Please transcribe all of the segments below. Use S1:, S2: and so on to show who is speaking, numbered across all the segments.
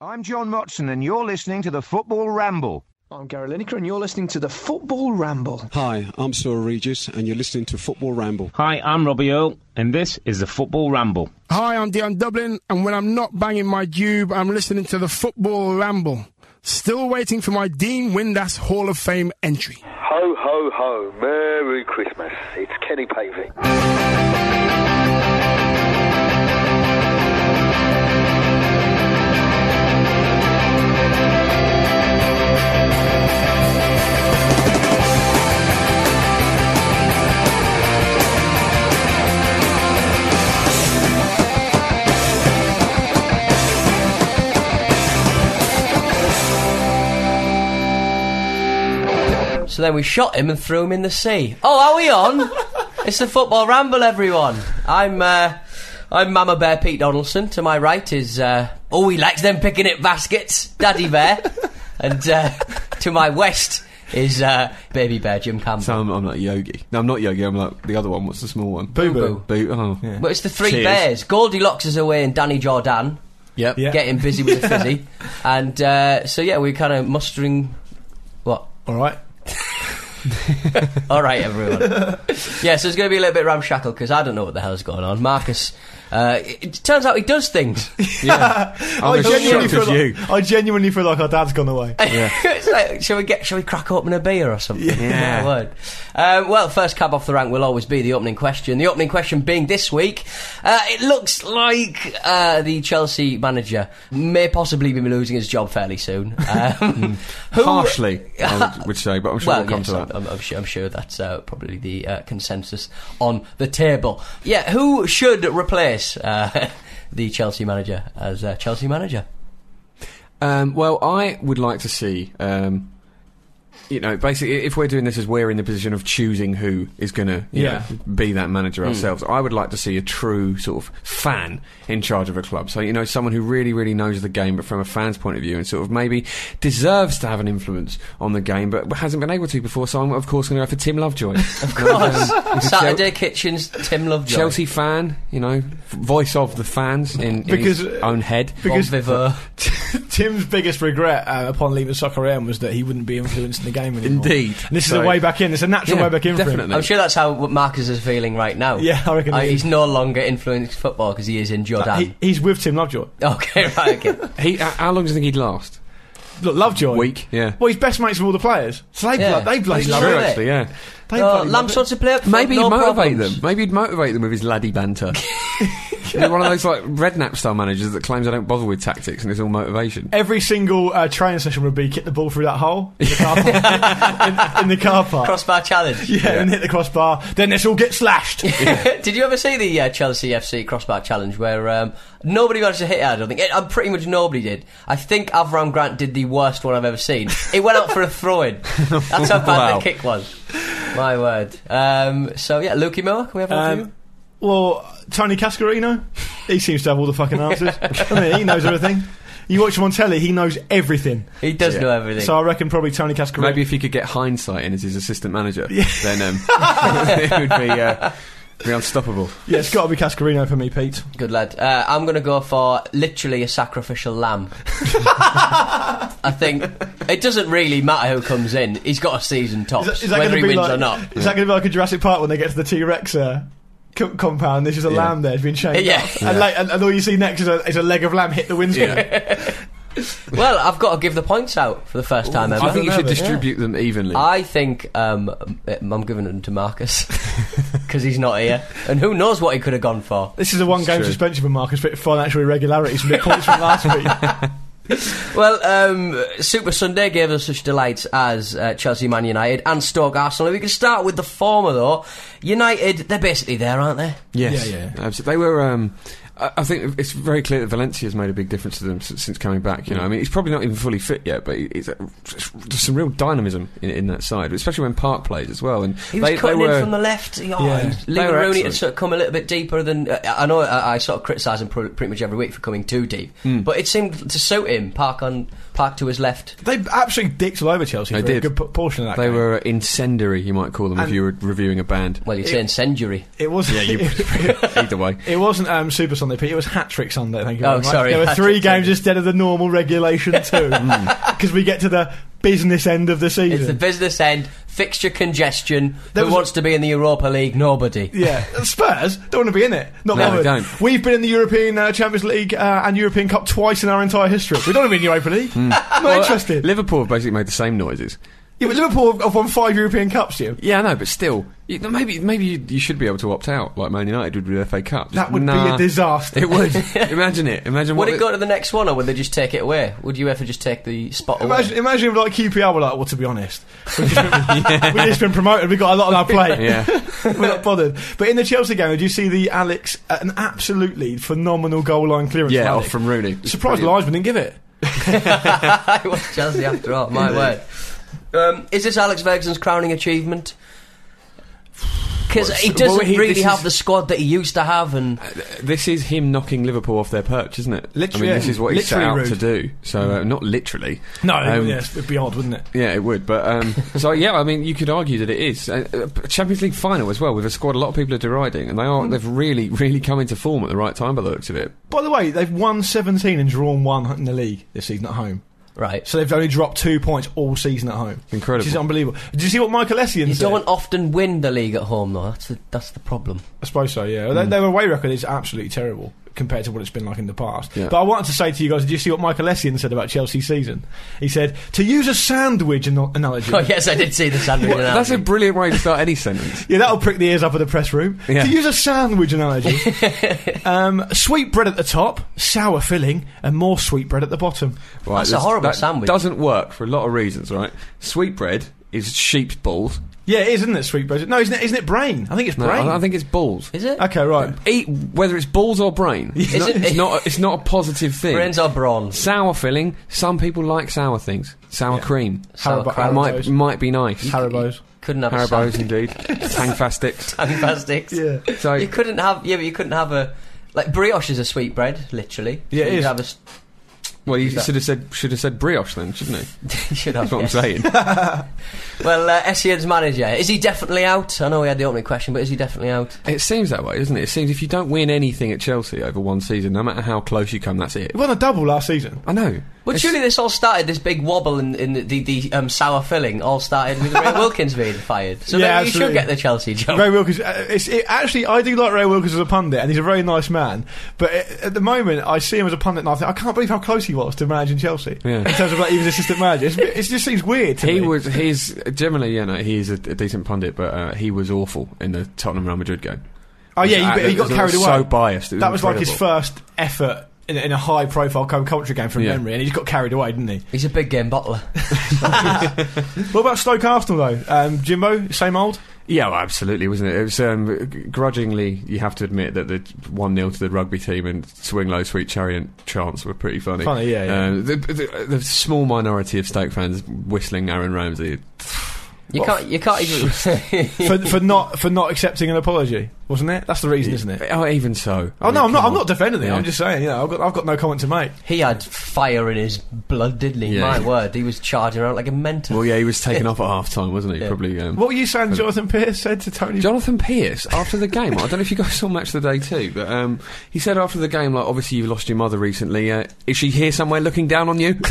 S1: I'm John Motson, and you're listening to the Football Ramble.
S2: I'm Gary Lineker, and you're listening to the Football Ramble.
S3: Hi, I'm Cyril Regis, and you're listening to Football Ramble.
S4: Hi, I'm Robbie Earl, and this is the Football Ramble.
S5: Hi, I'm Dion Dublin, and when I'm not banging my dube, I'm listening to the Football Ramble. Still waiting for my Dean Windass Hall of Fame entry.
S6: Ho, ho, ho. Merry Christmas. It's Kenny Pavey.
S7: So then we shot him and threw him in the sea. Oh, are we on? it's the football ramble, everyone. I'm uh, I'm Mama Bear Pete Donaldson. To my right is uh, oh, he likes them picking it baskets, Daddy Bear, and uh, to my west is uh, Baby Bear Jim Campbell.
S8: So I'm, I'm like Yogi. No, I'm not Yogi. I'm like the other one. What's the small one?
S7: Boo Boo.
S8: Boo. Oh, yeah.
S7: But it's the three
S8: Cheers.
S7: bears. Goldilocks is away and Danny Jordan
S8: Yep.
S7: getting busy with the fizzy, and uh, so yeah, we're kind of mustering. What
S8: All right.
S7: All right, everyone. yeah, so it's going to be a little bit ramshackle because I don't know what the hell's going on. Marcus, uh, it, it turns out he does things.
S8: I'm
S9: I
S8: as
S9: genuinely,
S8: shocked
S9: feel
S8: as you.
S9: like, I genuinely feel like our dad's gone away.
S7: It's like, shall we get? Shall we crack open a beer or something?
S8: Yeah.
S7: My word. Um, well, first cab off the rank will always be the opening question. The opening question being this week, uh, it looks like uh, the Chelsea manager may possibly be losing his job fairly soon. Um,
S8: Hmm.
S7: who-
S8: Harshly, I would, would say, but I'm sure
S7: well,
S8: we'll come
S7: yes,
S8: to
S7: I'm,
S8: that.
S7: I'm, I'm sure, I'm sure that's uh, probably the uh, consensus on the table. Yeah, who should replace uh, the Chelsea manager as uh, Chelsea manager?
S8: Um, well, I would like to see, um, you know, basically, if we're doing this as we're in the position of choosing who is going to
S9: Yeah.
S8: be that manager
S7: Hmm.
S8: ourselves, I would like to see a true sort of fan in charge of a club. So, you know, someone who really, really knows the game, but from a fan's point of view, and sort of maybe deserves to have an influence on the game, but hasn't been able to before. So I'm, of course, going to go for Tim Lovejoy. of
S7: Saturday Kitchens, Tim Lovejoy.
S8: Chelsea fan, you know, voice of the fans in, in
S9: Because-
S8: his own head.
S7: Bon
S9: Because
S7: Viveur.
S9: Tim's biggest regret uh, upon leaving soccer AM was that he wouldn't be influencing the game anymore.
S8: Indeed.
S9: And this
S8: So-
S9: is a way back in. It's a natural
S8: Yeah,
S9: way back in for him.
S8: definitely.
S7: I'm sure that's how what Marcus is feeling right now.
S9: Yeah, I reckon
S7: Uh,
S9: it is.
S7: he's no longer influenced football because he is in Jordan.
S9: Uh, He, he's with Tim Lovejoy.
S7: okay, right, okay.
S8: He, h- how long do you think he'd last?
S9: Look, Lovejoy.
S8: Week, yeah.
S9: Well, he's best mates with all the players. So they,
S7: Yeah.
S9: blo- they bloody
S7: That's
S9: love
S7: true,
S9: it.
S7: eh?
S8: Actually, yeah.
S9: They
S7: Uh,
S9: bloody love
S7: Lamps
S9: it.
S7: wants to play up front,
S8: Maybe
S7: no
S8: he'd motivate
S7: problems.
S8: them. Maybe he'd motivate them with his laddie banter. He'd be one of those like redknapp style managers that claims I don't bother with tactics and it's all motivation.
S9: Every single uh, training session would be kick the ball through that hole in the car park. in, in the car park.
S7: Crossbar challenge.
S9: yeah, and hit the crossbar. Then this all gets slashed.
S7: Did you ever see the uh, Chelsea FC crossbar challenge where um, nobody managed to hit it? I don't think. It, uh, pretty much nobody did. I think Avram Grant did the worst one I've ever seen. It went out for a throw in. That's how bad
S8: Wow.
S7: the kick was. My word. Um, so, yeah, Lukey Moore, can we have one for you?
S9: Um, well, Tony Cascarino, he seems to have all the fucking answers. I mean, he knows everything. You watch him on telly, he knows everything.
S7: He does know everything.
S9: So I reckon probably Tony Cascarino.
S8: Maybe if he could get hindsight in as his assistant manager, then um, it would be, uh, be unstoppable.
S9: yeah, it's got to be Cascarino for me, Pete.
S7: Good lad. Uh, I'm going to go for literally a sacrificial lamb. I think it doesn't really matter who comes in. He's got a season
S9: Is
S7: tops,
S9: that, is that going
S7: whether
S9: to
S7: he
S9: be
S7: wins
S9: like?
S7: or not.
S9: Is that going to be like a Jurassic Park when they get to the T Rex uh, co- compound? There's just a lamb there, it's been chained.
S7: Yeah.
S9: up. And, like, and, and all you see next is a, is a leg of lamb hit the windscreen.
S7: Well, I've got to give the points out for the first time ever.
S8: I think you should
S9: Yeah.
S8: distribute them evenly.
S7: I think um, I'm giving them to Marcus because he's not here, and who knows what he could have gone for.
S9: This is a one-game
S8: true.
S9: suspension for Marcus for financial irregularities from the points from last week.
S7: Well, um, Super Sunday gave us such delights as uh, Chelsea, Man United, and Stoke Arsenal. We can start with the former though. United, they're basically there, aren't they?
S8: Yes,
S9: Yeah, yeah.
S8: Absolutely. They were. Um, I I think it's very clear that Valencia's made a big difference to them since, since coming back. You know, I mean, he's probably not even fully fit yet, but he- he's, uh, there's some real dynamism in, in that side, especially when Park plays as well. And
S7: He was
S8: they,
S7: cutting
S8: they were,
S7: in from the left. Oh,
S8: Yeah.
S7: and
S8: They
S7: Lee
S8: were
S7: Maroney had
S8: excellent.
S7: sort of come a little bit deeper than. uh, I I know I, I sort of criticise him pr- pretty much every week for coming too deep,
S8: Hmm.
S7: but it seemed to suit him. Park on Park to his left.
S9: They absolutely dicked all over Chelsea.
S8: They
S9: for A
S8: did.
S9: good p- portion of that.
S8: They
S9: game.
S8: were incendiary, you might call them, if
S9: And-
S8: you were reviewing a band.
S7: Well, you're
S9: It-
S7: saying Senjury.
S9: It was.
S8: Yeah, you either way.
S9: It wasn't um, Super Sunday, Pete. It was Hat Trick Sunday. Thank you.
S7: Oh,
S9: very much.
S7: sorry,
S9: There were
S7: Hat
S9: three
S7: Trick
S9: games
S7: Sunday.
S9: instead of the normal regulation two because we get to the business end of the
S7: It's the
S9: season.
S7: business end. Fixture congestion.
S9: There
S7: Who
S9: was-
S7: wants to be in the Europa League? Nobody.
S9: yeah, Spurs don't want to be in it. Not
S8: No, they
S9: bothered.
S8: don't.
S9: We've been in the European uh, Champions League uh, and European Cup twice in our entire history. We don't want to be in the Europa League. Not
S8: Well, uh,
S9: interested.
S8: Liverpool have basically made the same noises.
S9: yeah, but Liverpool have- have won five European Cups. You.
S8: Yeah, I know, but still, you, maybe maybe you, you should be able to opt out like Man United would with the FA Cup. Just,
S9: That would be
S8: nah.
S9: a disaster.
S8: It would. imagine it. Imagine
S7: Would
S8: what
S7: it go to the next one, or would they just take it away? Would you ever just take the spot away?
S9: Imagine, imagine if like QPR were like, well, to be honest, we've just been, we've just been promoted. We've got a lot on our plate.
S8: Yeah.
S9: we're not bothered. But in the Chelsea game, did you see the Alex uh, an absolutely phenomenal goal line clearance?
S8: Yeah,
S9: Alex?
S8: off from Rooney.
S9: Surprised
S8: Brilliant.
S9: Linesman didn't give it.
S7: I was Chelsea after all. My word. Um, is this Alex Ferguson's crowning achievement? Because he
S8: Well,
S7: doesn't
S8: he- this
S7: really
S8: is-
S7: have the squad that he used to have, and
S8: This is him knocking Liverpool off their perch, isn't it?
S9: Literally,
S8: I mean, this is what he set
S9: literally
S8: out
S9: rude. Mm.
S8: to do. So, uh, not literally.
S9: No,
S8: Um,
S9: yes, it'd be odd, wouldn't it?
S8: Yeah, it would. But um, so yeah, I mean, you could argue that it is a a Champions League final as well with a squad a lot of people are deriding, and they are they've really really come into form at the right time by the looks of it.
S9: Mm. By the way, they've won 17 and drawn one in the league this season at home.
S7: right.
S9: So they've only dropped two points all season at home.
S8: Incredible.
S9: Which is unbelievable. Did you see what Michael Essien
S7: You
S9: said?
S7: don't often win the league at home, though. That's the, that's the problem.
S9: I suppose so, yeah.
S8: Hmm.
S9: Their, their away record is absolutely terrible compared to what it's been like in the past.
S8: Yeah.
S9: But I wanted to say to you guys, did you see what Michael Essien said about Chelsea's season? He said, to use a sandwich ano- analogy.
S7: Oh yes, I did see the sandwich.
S8: Well, that's a brilliant way to start any sentence.
S9: Yeah, that'll prick the ears up of the press room.
S8: Yeah.
S9: To use a sandwich analogy, um, sweet bread at the top, sour filling, and more sweet bread at the bottom.
S8: Right,
S7: That's a
S8: this-
S7: horrible
S8: that
S7: sandwich.
S8: Doesn't work for a lot of reasons, right? Sweetbread is sheep's balls.
S9: Yeah, it is, isn't it, sweet bread? No, isn't it, isn't it brain? I think it's
S8: No,
S9: brain.
S8: I, I think it's balls.
S7: Is it?
S9: okay, right.
S8: Eat whether it's balls or brain. It's,
S7: Is
S8: not,
S7: it-
S8: it's not. It's not a positive thing.
S7: Brains are bronze.
S8: sour filling. Some people like sour things. Sour cream.
S7: Sour
S9: Haribo-
S7: cream.
S8: might
S9: Haribo's.
S8: might be nice.
S9: Haribo's.
S7: Couldn't have a
S8: Haribo's
S7: sandwich.
S8: indeed. Tangfastics.
S7: Fantastics.
S9: Yeah.
S8: So
S7: You couldn't have. Yeah, but you couldn't have a like brioche is a sweet bread, literally.
S9: Yeah, it
S7: you
S9: is.
S7: Have a, s-
S8: well, you
S7: Is that-
S8: should have said should have said brioche then, shouldn't he?
S7: you should have.
S8: That's what
S7: yes.
S8: I'm saying.
S7: Well, uh, Essien's manager is he definitely out? I know we had the opening question, but is he definitely out?
S8: It seems that way, doesn't it? It seems if you don't win anything at Chelsea over one season, no matter how close you come, that's it.
S9: It won a double last season.
S8: I know.
S7: Well,
S8: It's-
S7: surely this all started. This big wobble in, in the the, the um, sour filling all started with Ray Wilkins being fired. So
S9: Yeah,
S7: maybe you should
S9: absolutely.
S7: get the Chelsea job.
S9: Ray Wilkins. Uh, it's, it, actually, I do like Ray Wilkins as a pundit, and he's a very nice man. But uh at the moment, I see him as a pundit, and I think I can't believe how close he was to managing Chelsea
S8: Yeah.
S9: in terms of like even assistant manager. It's, it just seems weird. To
S8: He
S9: me.
S8: was. He's generally, you know, he's a, a decent pundit, but uh, he was awful in the Tottenham Real Madrid game.
S9: Oh yeah,
S8: It
S9: he,
S8: was-
S9: he got
S8: it was
S9: carried away.
S8: So biased. It
S9: that was like his
S8: incredible.
S9: first effort in, a- in a high-profile commentary game from
S8: Yeah.
S9: memory, and he just got carried away, didn't he?
S7: He's a big game bottler.
S9: What about Stoke Arsenal though? Um, Jimbo, same old.
S8: Yeah, well, absolutely, wasn't it? It was um, g- grudgingly. You have to admit that the one 0 to the rugby team and swing low, sweet chariot chants were pretty funny.
S9: Funny, yeah, yeah.
S8: Um, the, the, the small minority of Stoke fans whistling Aaron Ramsey.
S7: You can't. You can't even.
S9: for, for not for not accepting an apology, wasn't it? That's the reason, isn't it?
S8: Oh, even so. I
S9: Oh no,
S8: mean,
S9: I'm not.
S8: come
S9: I'm not
S8: on.
S9: defending it.
S8: Yeah.
S9: I'm just saying, you know, I've got I've got no comment to make.
S7: he had fire in his blood, didn't he?
S8: Yeah.
S7: My word, he was charging around like a mentor.
S8: Well, yeah, he was taken off at half time, wasn't he? Probably. Um,
S9: What were you saying, Jonathan Pierce said to Tony?
S8: Jonathan Pierce, after the game, I don't know if you guys saw Match of the Day too, but um, he said after the game, like, obviously you've lost your mother recently. Uh, is she here somewhere looking down on you?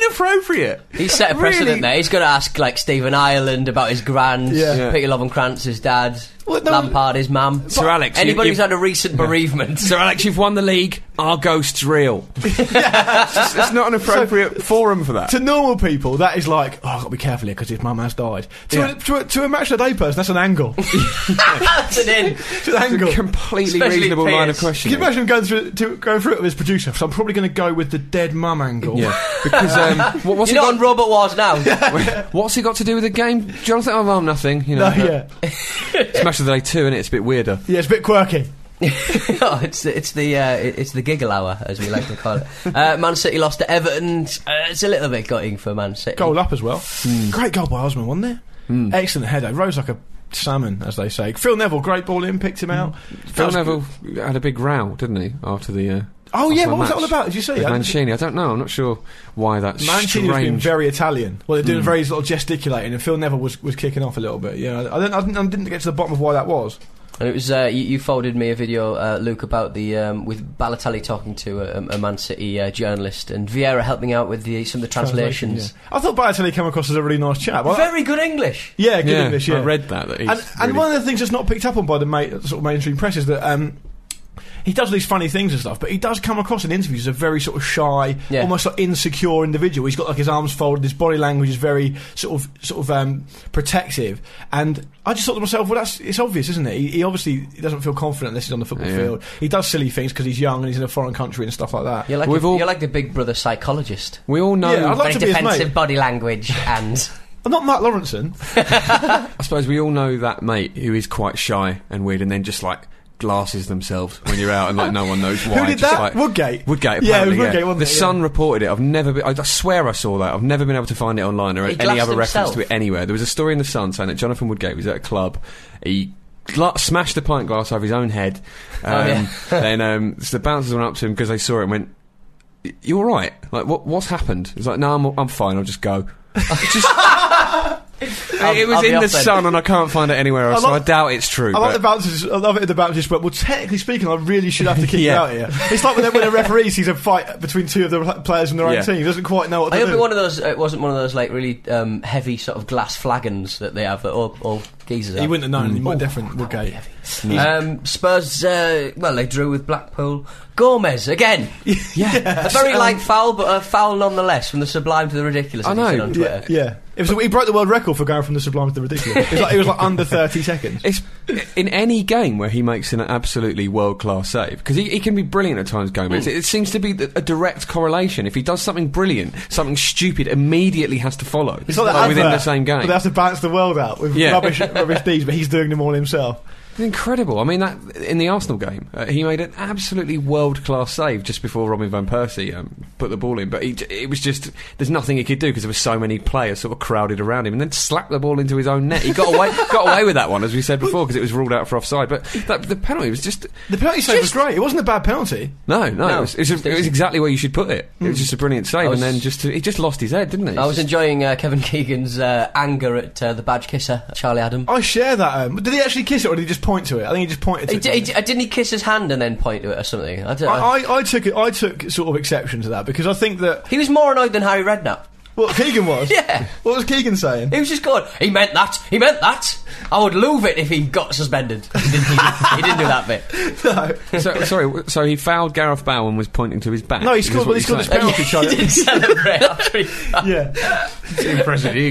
S8: Inappropriate.
S7: He set a precedent
S8: Really?
S7: there. He's going to ask like Stephen Ireland about his grand,
S9: Yeah. Yeah.
S7: Peter Lovenkrantz, his dad,
S9: Well, no-
S7: Lampard, his mum.
S8: Sir Alex, you-
S7: anybody
S8: you-
S7: who's had a recent bereavement.
S8: Sir Alex, you've won the league. Our ghost's real. it's, just- it's not an appropriate forum for that.
S9: to normal people, that is like, oh, I've got to be careful here because his mum has died. To,
S8: Yeah.
S9: a, to, a, to a match of the day person, that's an angle.
S7: That's an in.
S9: it's an angle.
S8: It's a completely
S7: Especially
S8: reasonable line of
S7: Pierce.
S9: Can you
S8: questioning.
S9: imagine him going through, to, going through it with his producer? So I'm probably going to go with the dead mum angle.
S8: Yeah, because um, what, what's,
S7: You're
S8: he
S7: not
S8: got,
S7: on Robert Wars now.
S8: what's he got to do with the game, Jonathan? Oh, well, nothing. You know,
S9: No, yeah.
S8: Smash of the Day two, and it's a bit weirder.
S9: Yeah, it's a bit quirky.
S7: oh, it's the- it's the uh, it's the giggle hour as we like to call it. Uh, Man City lost to Everton. Uh, it's a little bit gutting for Man City.
S9: Goal up as well.
S8: Hmm.
S9: Great goal by Osman, wasn't there? Excellent header. Rose like a salmon, as they say. Phil Neville, great ball in, picked him out. That
S8: Hmm. Phil
S9: was-
S8: Neville had a big row, didn't he, after the. Uh,
S9: Oh
S8: after
S9: yeah,
S8: the
S9: what was that
S8: match
S9: all about? Did you see?
S8: with
S9: I-
S8: Mancini. I don't know. I'm not sure why that's
S9: Mancini was being
S8: strange.
S9: very Italian. Well, they're doing
S8: Mm.
S9: very sort of gesticulating, and Phil Neville was, was kicking off a little bit. Yeah, I, I, didn't, I, didn't, I didn't get to the bottom of why that was.
S7: And it was uh, you, you folded me a video, uh, Luke, about the um, with Balotelli talking to a, a Man City uh, journalist and Vieira helping out with the, some of the translations. Oh,
S9: Yeah. I thought Balotelli came across as a really nice chap. I-
S7: Very good English.
S9: yeah, good
S8: Yeah,
S9: English.
S8: I
S9: Yeah,
S8: read that, that he's
S9: and, and
S8: really-
S9: one of the things that's not picked up on by the ma- sort of mainstream press is that. Um, he does all these funny things and stuff, but he does come across in interviews as a very sort of shy,
S7: Yeah.
S9: almost like insecure individual. He's got like his arms folded, his body language is very sort of sort of um, protective. And I just thought to myself, well, that's it's obvious, isn't it? He, he obviously he doesn't feel confident unless he's on the football
S8: Yeah.
S9: field. He does silly things because he's young and he's in a foreign country and stuff like that.
S7: You're like,
S8: We've
S7: a,
S8: all-
S7: you're like the Big Brother psychologist.
S8: we all know.
S9: Yeah, I'd like
S7: Very
S9: to be his mate.
S7: defensive body language and
S9: I'm not Matt Lawrenson.
S8: I suppose we all know that mate who is quite shy and weird, and then just like glasses themselves when you're out, and like no one knows why.
S9: did
S8: just,
S9: that?
S8: Like,
S9: Woodgate? Yeah, it
S8: Woodgate.
S9: was
S8: apparently,
S9: Woodgate, wasn't
S8: the
S9: it? Yeah.
S8: Sun reported it. I've never been. I, I swear I saw that. I've never been able to find it online or
S7: He
S8: any
S7: glassed
S8: other reference
S7: himself.
S8: to it anywhere. Uh, There was a story in the Sun saying that Jonathan Woodgate was at a club. He. gla- Smashed the pint glass over his own head. Um,
S7: Oh, yeah.
S8: then um, so the bouncers went up to him because they saw it and went, "You're all right. Like, what? What's happened?" He's like, "No, I'm, I'm fine. I'll just go." Just- it was
S7: I'll be
S8: in
S7: off
S8: the
S7: then.
S8: sun, and I can't find it anywhere else.
S9: I like-
S8: so I doubt it's true.
S9: I like the
S8: but-
S9: bouncers. I love it. The bouncers, but well, technically speaking, I really should have to kick
S8: Yeah.
S9: you out here. It's like when, a- when a referee sees a fight between two of the pl- players from their own
S8: Yeah.
S9: team, he doesn't quite know what to
S7: I hope
S9: do.
S7: it, one of those, it wasn't one of those like really um, heavy sort of glass flagons that they have that all, all geezers
S9: he
S7: have.
S9: wouldn't have known. He might
S7: Oh,
S9: different Woodgate.
S7: Um, Spurs, uh, well, they drew with Blackpool. Gomez again. Yeah, a very
S9: Um,
S7: light foul, but a foul nonetheless, from the sublime to the ridiculous.
S8: I
S7: as he
S8: know.
S7: said on Twitter.
S9: Yeah, yeah. It was, he broke the world record for going from the sublime to the ridiculous. It was like, it was like under thirty seconds.
S8: It's in any game where he makes an absolutely world class save because he, he can be brilliant at times. Gomez, it, it seems to be th- a direct correlation. If he does something brilliant, something stupid immediately has to follow
S9: It's like
S8: like,
S9: that
S8: within
S9: advert
S8: the same
S9: where
S8: game.
S9: They have to balance the world out with
S8: Yeah.
S9: rubbish, rubbish deeds, but he's doing them all himself.
S8: It's incredible. I mean, that in the Arsenal game, uh, he made an absolutely world class save just before Robin van Persie um, put the ball in. But he, j- it was just there's nothing he could do because there were so many players sort of crowded around him, and then slapped the ball into his own net. He got away got away with that one, as we said before, because it was ruled out for offside. But that, the penalty was just
S9: The penalty save was
S8: Just-
S9: great. It wasn't a bad penalty.
S8: no, no.
S7: No,
S8: it, was, it, was, it was exactly where you should put it. It was just a brilliant save,
S7: was-
S8: and then just he just lost his head, didn't he?
S7: I was enjoying uh, Kevin Keegan's uh, anger at uh, the badge kisser, Charlie Adam.
S9: I share that. Um, did he actually kiss it, or did he just point to it? I think he just pointed to
S7: He
S9: it.
S7: di- he
S9: didn't he?
S7: di- uh, didn't he kiss his hand and then point to it or something? I don't know.
S9: I, I, I took it. I took sort of exception to that because I think that
S7: he was more annoyed than Harry Redknapp.
S9: What Keegan was?
S7: Yeah.
S9: What was Keegan saying?
S7: He was just going, he meant that, he meant that. I would love it if he got suspended. He didn't, he didn't- he didn't do that bit.
S9: no.
S8: so, sorry. w- So he fouled Gareth Bale and was pointing to his back.
S9: No, he
S8: Is this
S9: scored.
S8: what
S9: Well, he
S8: you're
S9: scored this
S8: saying?
S9: penalty,
S7: He
S9: Charlie.
S7: didn't celebrate after he fouled.
S9: yeah,
S8: Impressive, you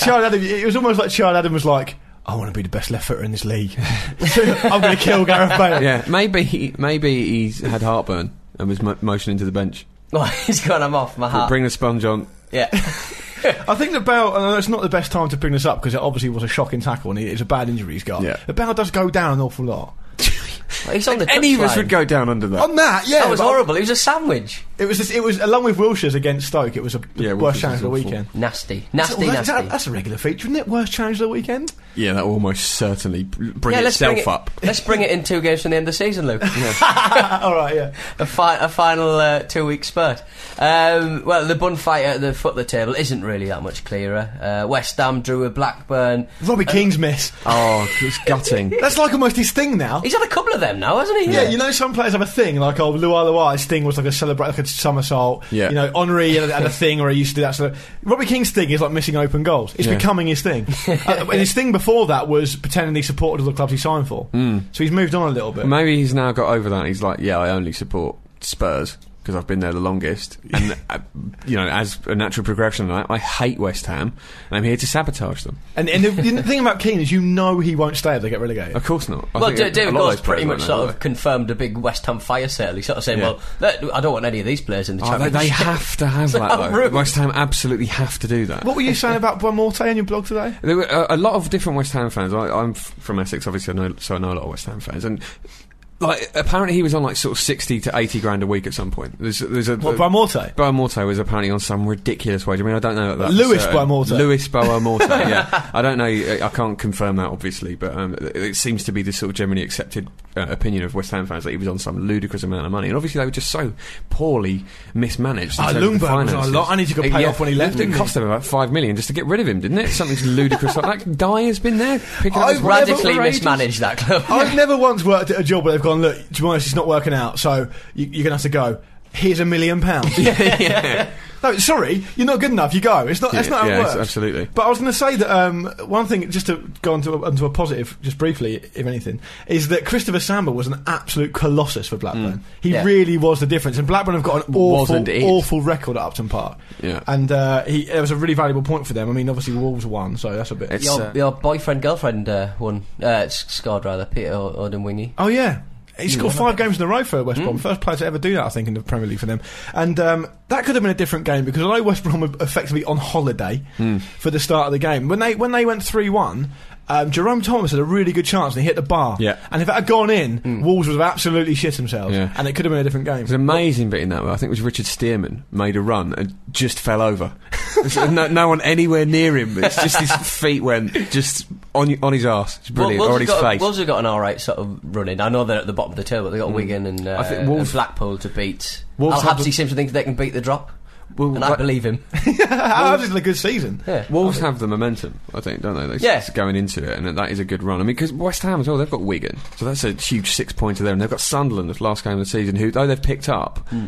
S9: Charlie Adam. It was almost like Charlie Adam was like, "I want to be the best left footer in this league. I'm going to kill Gareth Bale."
S8: Yeah, maybe he, maybe he had heartburn and was mo- motioning to the bench.
S7: Oh, he's gone, I'm off my heart.
S8: Bring the sponge on.
S7: Ah. yeah.
S9: I think that Bale. And I know it's not the best time to bring this up because it obviously was a shocking tackle and it's a bad injury he's got.
S8: Yeah.
S9: But Bale does go down an awful lot.
S7: He's on the
S8: Any of us
S7: touchline.
S8: would go down under that.
S9: On that, yeah,
S7: That was
S9: but
S7: horrible. It was a sandwich.
S9: It was. Just, it was along with Wilshire's against Stoke. It was a
S8: Yeah,
S9: worst
S8: Wilshire's
S9: challenge of the
S8: awful.
S9: weekend.
S7: Nasty,
S9: Well,
S7: nasty,
S9: that-
S7: nasty.
S9: that- that's a regular feature, isn't it? Worst challenge of the weekend.
S8: Yeah, that almost certainly br- bring
S7: yeah, let's
S8: itself
S7: bring it,
S8: up.
S7: Let's bring it in two games from the end of the season, Luke.
S9: All right, yeah.
S7: a, fi- a final uh, two-week spurt. Um, well, the bun fight at the foot of the table isn't really that much clearer. Uh, West Ham drew with Blackburn.
S9: Robbie King's miss.
S8: Oh, it's gutting.
S9: That's like almost his thing now.
S7: He's had a couple of them now, hasn't he?
S9: Yeah, you know, some players have a thing. Like, oh, Luai Luai's thing was like a celebrate, like a somersault.
S8: Yeah.
S9: You know, Henri had, had a thing, or he used to do that. So, Robbie King's thing is like missing open goals. It's
S8: Yeah.
S9: becoming his thing. uh, and his thing before that was pretending he supported all the clubs he signed for.
S8: Hmm.
S9: So he's moved on a little bit.
S8: Maybe he's now got over that. He's like, yeah, I only support Spurs because I've been there the longest, and uh, you know, as a natural progression, I, I hate West Ham, and I'm here to sabotage them.
S9: And, and the, the thing about Keane is, you know, he won't stay if they get relegated.
S8: Of course not. I
S7: Well,
S8: think
S7: D-
S8: a- a
S7: David
S8: lot of
S7: Gore's
S8: those
S7: pretty much
S8: players
S7: sort
S8: won't,
S7: of confirmed a big West Ham fire sale. He's sort of saying,
S8: Yeah.
S7: "Well, that, I don't want any of these players in the
S8: will they? Oh, they,
S7: championship."
S8: they have to have that.
S7: how
S8: Though.
S7: rude.
S8: West Ham absolutely have to do that.
S9: What were you saying about Buonmorte on your blog today?
S8: There were uh, a, a lot of different West Ham fans. I, I'm f- from Essex, obviously, I know, so I know a lot of West Ham fans. And Like apparently he was on like sort of sixty to eighty grand a week at some point. There's, there's a
S9: What, Bramorte?
S8: Bramorte was apparently on some ridiculous wage. I mean, I don't know that.
S9: Luis
S8: certain.
S9: Bramorte.
S8: Luis Bramorte. yeah, I don't know. I can't confirm that obviously, but um, it- it seems to be the sort of generally accepted uh, opinion of West Ham fans that he was on some ludicrous amount of money, and obviously they were just so poorly mismanaged. in
S9: Ah,
S8: terms of the
S9: Ljungberg was on a
S8: finances.
S9: lot, and he took a
S8: Uh,
S9: payoff when he left,
S8: It
S9: didn't he?
S8: cost them about five million just to get rid of him, didn't it? Something ludicrous like that. Dyer's been there picking up
S9: I've
S8: his wages for
S7: Radically
S8: ages.
S7: mismanaged that club.
S9: I've never once worked at a job where they've gone, look, to be honest, it's not working out, so you, you're going to have to go. Here's a million pounds.
S8: yeah.
S9: No, sorry, you're not good enough. You go. It's not. that's not how
S8: yeah,
S9: it
S8: it's-
S9: works.
S8: absolutely.
S9: But I was going to say that um, one thing, just to go on to, onto a positive, just briefly, if anything, is that Christopher Samba was an absolute colossus for Blackburn. He
S7: Yeah.
S9: really was the difference, and Blackburn have got an awful,
S8: Mm. Wasn't it?
S9: awful record at Upton Park.
S8: Yeah.
S9: and uh, he, it was a really valuable point for them. I mean, obviously Wolves won, so that's a bit.
S8: It's-
S7: your,
S8: uh,
S7: your boyfriend girlfriend uh, won uh, s- scored rather Peter Odin Wingy.
S9: oh yeah. He scored five games in a row for
S8: Hmm?
S9: West Brom. First player to ever do that, I think, in the Premier League for them. And um, that could have been a different game because although West Brom were effectively on holiday
S8: Hmm.
S9: for the start of the game, when they when they went three one, um, Jerome Thomas had a really good chance and he hit the bar.
S8: Yeah. Hmm.
S9: And if it had gone in, Wolves would have absolutely shit themselves.
S8: Yeah.
S9: And it could have been a different game.
S8: It was an amazing bit in that. Way. I think it was Richard Stearman made a run and just fell over. So no, no one anywhere near him. It's just his feet went just on on his ass. It's brilliant.
S7: Wolves
S8: or on
S7: have
S8: his
S7: got,
S8: face. Mm.
S7: Wolves have got an all right sort of running. I know they're at the bottom of the table. but They got Wigan and, uh,
S8: I think Wolves-
S7: and Blackpool to beat.
S8: Wolves
S7: Al
S8: have the-
S7: Habsi seems to think they can beat the drop,
S8: Well,
S7: and I
S8: but-
S7: believe him.
S9: That was Uh, a good season.
S7: Yeah.
S8: Wolves have the momentum, I think, don't they? They
S7: Yeah.
S8: it's going into it, and that is a good run. I mean, because West Ham as well, they've got Wigan, so that's a huge six pointer there, and they've got Sunderland, the last game of the season, who though they've picked up,
S9: Hmm.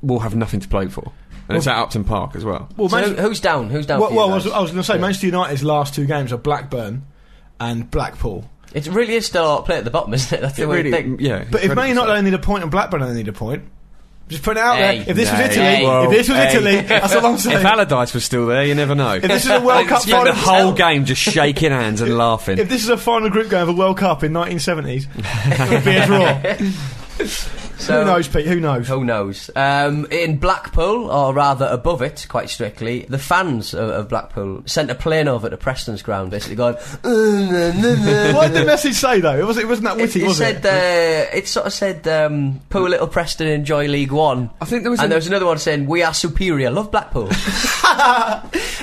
S8: will have nothing to play for, and it's at Upton Park as well.
S9: Well,
S7: So
S9: Manchester-
S7: who- who's down? Who's down?
S9: well,
S7: for you
S9: well, I was,
S7: guys?
S9: I was going to say Manchester United's last two games are Blackburn and Blackpool.
S7: It really is still a lot of play at the bottom, isn't it? That's the
S8: It
S7: way
S8: really,
S7: you think.
S8: yeah.
S9: But if Man
S8: incredibly
S9: United
S8: so.
S9: only need a point and Blackburn only need a point, just put it out
S7: Hey.
S9: there. If this was
S8: Hey.
S9: Italy,
S8: Hey.
S9: if this was
S8: Hey.
S9: Italy, that's all I'm saying.
S8: If Allardyce was still there, you never know. If
S9: this is a World Cup
S8: the
S9: final-
S8: whole game just shaking hands and laughing.
S9: If this is a final group game of a World Cup in 1970s, it would be a draw.
S7: So-
S9: who knows, Pete? Who knows?
S7: Who knows? Um, in Blackpool, or rather above it, quite strictly, the fans of, of Blackpool sent a plane over to Preston's ground, basically going.
S9: what did the message say though? It wasn't. It wasn't that
S7: It,
S9: witty,
S7: it
S9: was
S7: said
S9: it?
S7: uh, it sort of said um, poor little Preston enjoy League One.
S8: I think there was
S7: and
S8: an-
S7: there was another one saying we are superior. Love Blackpool.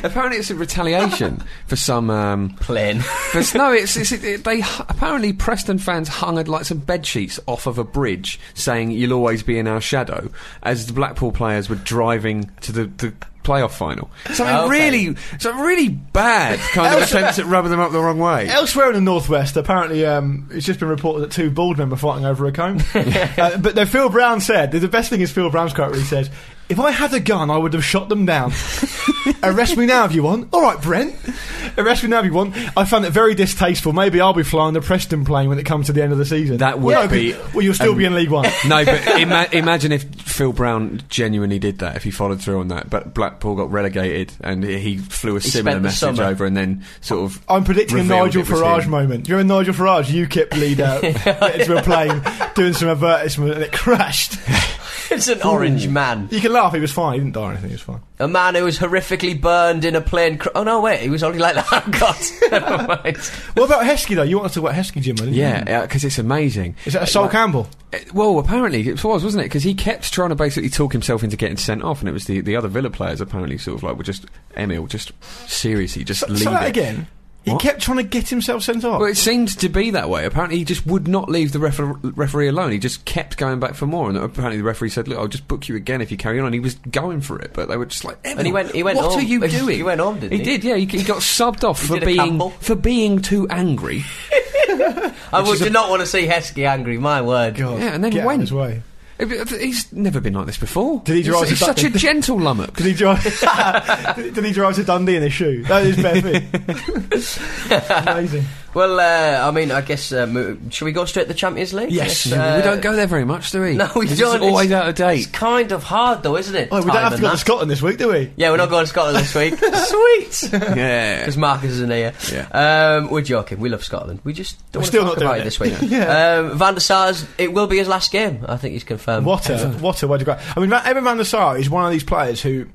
S8: apparently, it's a retaliation for some. Um,
S7: Plain.
S8: but no, it's, it's it, it- they hu- apparently Preston fans hung uh, like some bed sheets off of a bridge, saying "You'll always be in our shadow," as the Blackpool players were driving to the. the Playoff final. Something
S7: Okay.
S8: really, some really bad kind of attempts at rubbing them up the wrong way.
S9: Elsewhere in the northwest, apparently, um, it's just been reported that two bald men were fighting over a comb. uh, but no, Phil Brown said the best thing is Phil Brown's quote. Where he said, "If I had a gun, I would have shot them down. Arrest me now if you want. All right, Brent. Arrest me now if you want. I found it very distasteful. Maybe I'll be flying the Preston plane when it comes to the end of the season.
S8: That would
S9: well, no,
S8: be-
S9: 'cause- Well, you'll still
S8: um,
S9: be in League One.
S8: no, but ima- imagine if Phil Brown genuinely did that, if he followed through on that. But Blackpool got relegated, and he he flew a similar
S7: spent the
S8: message
S7: summer-
S8: over, and then sort of.
S9: I'm predicting a
S8: revealed
S9: Nigel
S8: it was
S9: Farage
S8: him.
S9: moment. Do you remember Nigel Farage, UKIP leader, went into a plane doing some advertisement and it crashed?
S7: it's an orange man,
S9: You can laugh, he was fine. He didn't die or anything, he was fine.
S7: a man who was horrifically burned in a plane. Cr- oh no, wait, he was only like that. Oh, God, never mind.
S9: What about Heskey, though? You want us to talk about Heskey, Jim, didn't you?
S8: Yeah, because it's amazing.
S9: Is that a Sol Campbell?
S8: Uh, Well, apparently it was, wasn't it? Because he kept trying to basically talk himself into getting sent off, and it was the, the other Villa players apparently sort of like were just Emil, just seriously, just leave
S9: Say that
S8: it.
S9: again.
S8: What?
S9: He kept trying to get himself sent off.
S8: Well, it seemed to be that way. Apparently, he just would not leave the refer- referee alone. He just kept going back for more, and apparently the referee said, "Look, I'll just book you again if you carry on." And he was going for it, but they were just like,
S7: he
S8: "Emil,
S7: went- he went
S8: What
S7: home.
S8: are you
S7: He
S8: doing?"
S7: went home, didn't he?
S8: did. Yeah, he, he got subbed off for
S7: did a
S8: being
S7: Campbell.
S8: for being too angry.
S7: I would do not want to see Heskey angry. My word.
S9: God,
S8: yeah, and then
S9: get out of
S8: went.
S9: his way.
S8: Eh, but He's never been like this before.
S9: Did he
S8: He's-
S9: drive
S8: He's,
S9: to
S8: such a
S9: Dundee?
S8: gentle lummock.
S9: Did he drive? did he drive to Dundee in his shoe? That is bare feet. Amazing.
S7: Well, uh, I mean, I guess uh, mo- should we go straight to the Champions League?
S9: Yes.
S7: Yes, uh,
S8: we don't go there very much, do we?
S7: No, we
S8: It's
S7: don't.
S8: just Always
S7: It's-
S8: out of
S7: It's
S8: date.
S7: kind of hard, though, isn't it?
S9: uh, Oh, we don't
S7: Time
S9: have to
S7: and
S9: go
S7: that.
S9: to Scotland this week, do we?
S7: Yeah, we're not going to Scotland this week. Sweet.
S8: Yeah.
S7: Because Marcus isn't here.
S8: Yeah.
S7: Um, we're joking. We love Scotland. We just
S9: We're
S7: don't want to
S9: still
S7: talk
S9: not doing
S7: about it
S9: it.
S7: this week.
S9: Yeah.
S7: um, Van der Sar's, it will be his last
S8: Um,
S7: game. I think he's confirmed.
S9: What a what a way to go! I mean, Van- Evan Van der Sar is one of these players who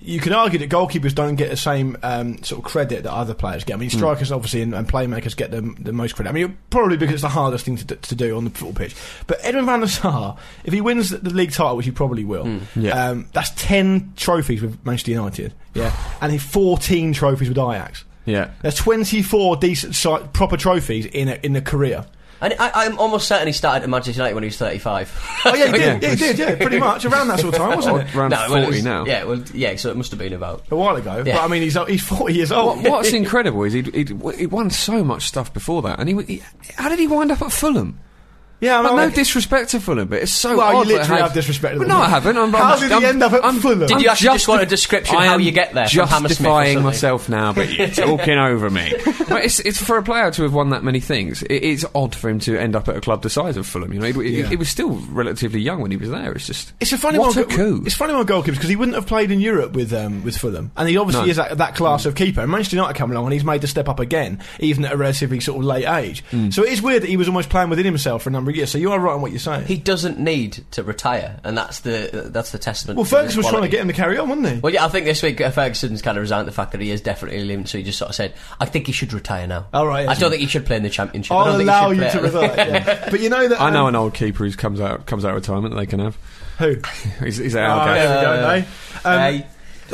S9: you can argue that goalkeepers don't get the same um, sort of credit that other players get. I
S8: Hmm.
S9: mean, strikers obviously and, and playmakers get the, the most credit. I mean, probably because it's the hardest thing to, d- to do on the football pitch. But Edwin van der Sar, if he wins the, the league title, which he probably will,
S8: Hmm.
S9: um, that's ten trophies with Manchester United. Yeah, and he fourteen trophies with Ajax.
S8: Yeah.
S9: There's 24 decent si- proper trophies in a, in a career.
S7: And I, I'm almost certain he started at Manchester United when he was 35.
S9: Oh yeah, he did. Yeah, he did. Yeah, pretty much around that sort of time, wasn't it?
S8: Around
S7: No, well, it
S8: 40
S7: was-
S8: now.
S7: Yeah, well, yeah. So it must have been about.
S9: A while ago,
S7: Yeah.
S9: but I mean, he's he's 40 years old.
S8: What- what's incredible is he'd, he'd, he'd won so much stuff before that, and he, w- he how did he wind up at Fulham?
S9: Yeah, I
S8: Like,
S9: mean,
S8: no disrespect to Fulham, but it's so
S9: Well, you
S8: odd. that
S9: literally
S8: how-
S9: have disrespect to
S8: Well,
S9: them.
S8: No, I haven't. I'm,
S9: How
S8: I'm,
S9: did he
S8: I'm,
S9: end up at
S8: I'm-
S9: Fulham?
S7: Did you
S8: I'm
S7: actually just
S8: justi-
S7: want a description
S8: I
S7: how
S8: am
S7: you get there from Hammersmith or
S8: Justifying
S7: something?
S8: myself now, but you're talking over me. But it's, it's for a player to have won that many things. It, it's odd for him to end up at a club the size of Fulham. You know, he, he-
S9: Yeah.
S8: he was still relatively young when he was there. It's just
S9: It's a funny
S8: what
S9: one.
S8: a coup.
S9: It's funny one goalkeepers because he wouldn't have played in Europe with um, with Fulham, and he obviously
S8: No. Mm.
S9: is that, that class of keeper. And Manchester United come along, and he's made the step up again, even at a relatively sort of late age.
S8: Mm.
S9: So it is weird that he was almost playing within himself for a number of years. So you are right on what you're saying.
S7: He doesn't need to retire, and that's the that's the testament.
S9: well,
S7: to his
S9: Ferguson was trying to
S7: quality.
S9: get him to carry on, wasn't he?
S7: Well, yeah, I think this week uh, Ferguson's kind of resigned to the fact that he is definitely leaving, so he just sort of said, "I think he should retire now."
S9: All right,
S7: I
S9: yes.
S7: don't think he should play in the championship. I don't
S9: I'll
S7: think he
S9: allow
S7: should
S9: you
S7: play
S9: to
S7: at-
S9: revert. yeah. But you know that
S8: I know
S9: um,
S8: an old keeper who comes out comes out of retirement. That they can have.
S9: who.
S8: He's, he's out.
S9: Oh,
S8: okay.
S9: there we go. eh? Um,
S7: Hey.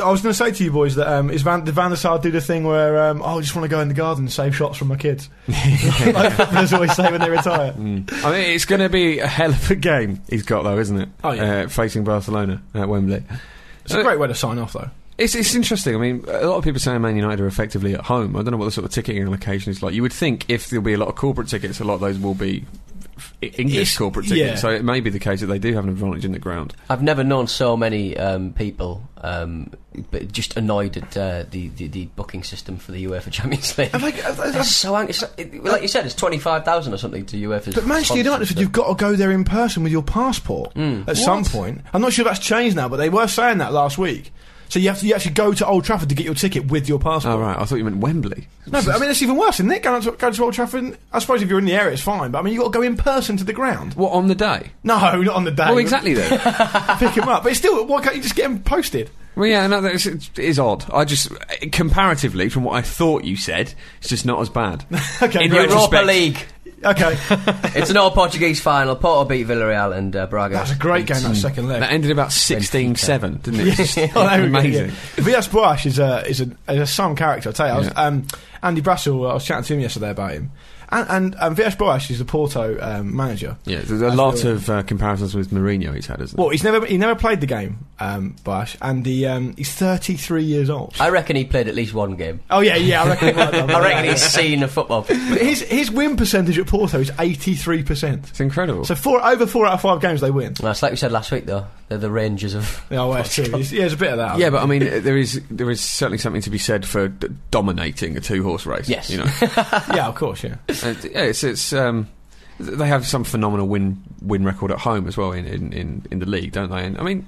S9: I was going to say to you boys that um, is Van, did Van der Sar do the thing where um, oh, I just want to go in the garden and save shots from my kids? like footballers always say when they retire.
S8: I mean, it's going to be a hell of a game he's got, though, isn't it?
S9: Oh, yeah.
S8: Uh, facing Barcelona at Wembley.
S9: It's a great way to sign off, though.
S8: It's, it's interesting. I mean, a lot of people saying Man United are effectively at home. I don't know what the sort of ticketing allocation is like. You would think if there'll be a lot of corporate tickets, a lot of those will be f- English
S9: It's-
S8: corporate
S9: yeah.
S8: tickets. So it may be the case that they do have an advantage in the ground.
S7: I've never known so many um, people um, but just annoyed at uh, the, the the booking system for the UEFA Champions League.
S9: Have I- have I-
S7: That's so ang- it's- it- like you said, it's twenty five thousand or something to UEFA.
S9: But Manchester United said you've got to go there in person with your passport
S8: Mm.
S9: at some point. I'm not sure that's changed now, but they were saying that last week. So you have to you actually go to Old Trafford to get your ticket with your passport.
S8: Oh, right. I thought you meant Wembley.
S9: No, but I mean it's even worse, isn't it? Going to, going to Old Trafford. and- I suppose if you're in the area, it's fine. But I mean you've got to go in person to the ground.
S8: What, on the day?
S9: No, not on the day.
S8: Well, exactly then.
S9: Pick him up. But it's still, why can't you just get him posted?
S8: Well, yeah, no, that's, it is odd. I just comparatively from what I thought you said, it's just not as bad.
S9: Okay,
S8: In
S9: great.
S7: Europa
S8: retrospect-
S7: League.
S9: Okay,
S7: It's an all Portuguese final. Porto beat Villarreal and uh, Braga.
S9: that's a great game. That second leg.
S8: That ended about 16-7, didn't it? It's just
S9: Oh, there we go,
S8: amazing.
S9: yeah. Vias Boas is a is a is a some character. I tell you, I was,
S8: Yeah.
S9: um, Andy Brassel. I was chatting to him yesterday about him, and and um, Vias Boas is the Porto um, manager.
S8: Yeah, there's a lot of uh, comparisons with Mourinho he's had, isn't there?
S9: Well, he's never he never played the game, um, Boas, and he um, he's thirty three years old.
S8: Oh.
S7: I reckon he played at least one game.
S9: oh yeah, yeah, I reckon. he might have done
S7: I
S9: that.
S7: reckon he's seen a football.
S9: But his his win percentage at Porto is eighty three percent.
S8: It's incredible.
S9: So four over four out of five games they win.
S8: Oh,
S7: Well, it's like we said last week, though. They're the Rangers of.
S9: Yeah, well, it's true. It's- yeah, there's a bit of that.
S8: yeah, but I mean, uh, there is there is certainly something to be said for d- dominating a two horse race.
S7: Yes.
S8: you know,
S9: yeah, of course, yeah.
S8: And, yeah, it's it's um, th- they have some phenomenal win win record at home as well in in, in, in the league, don't they? And I mean,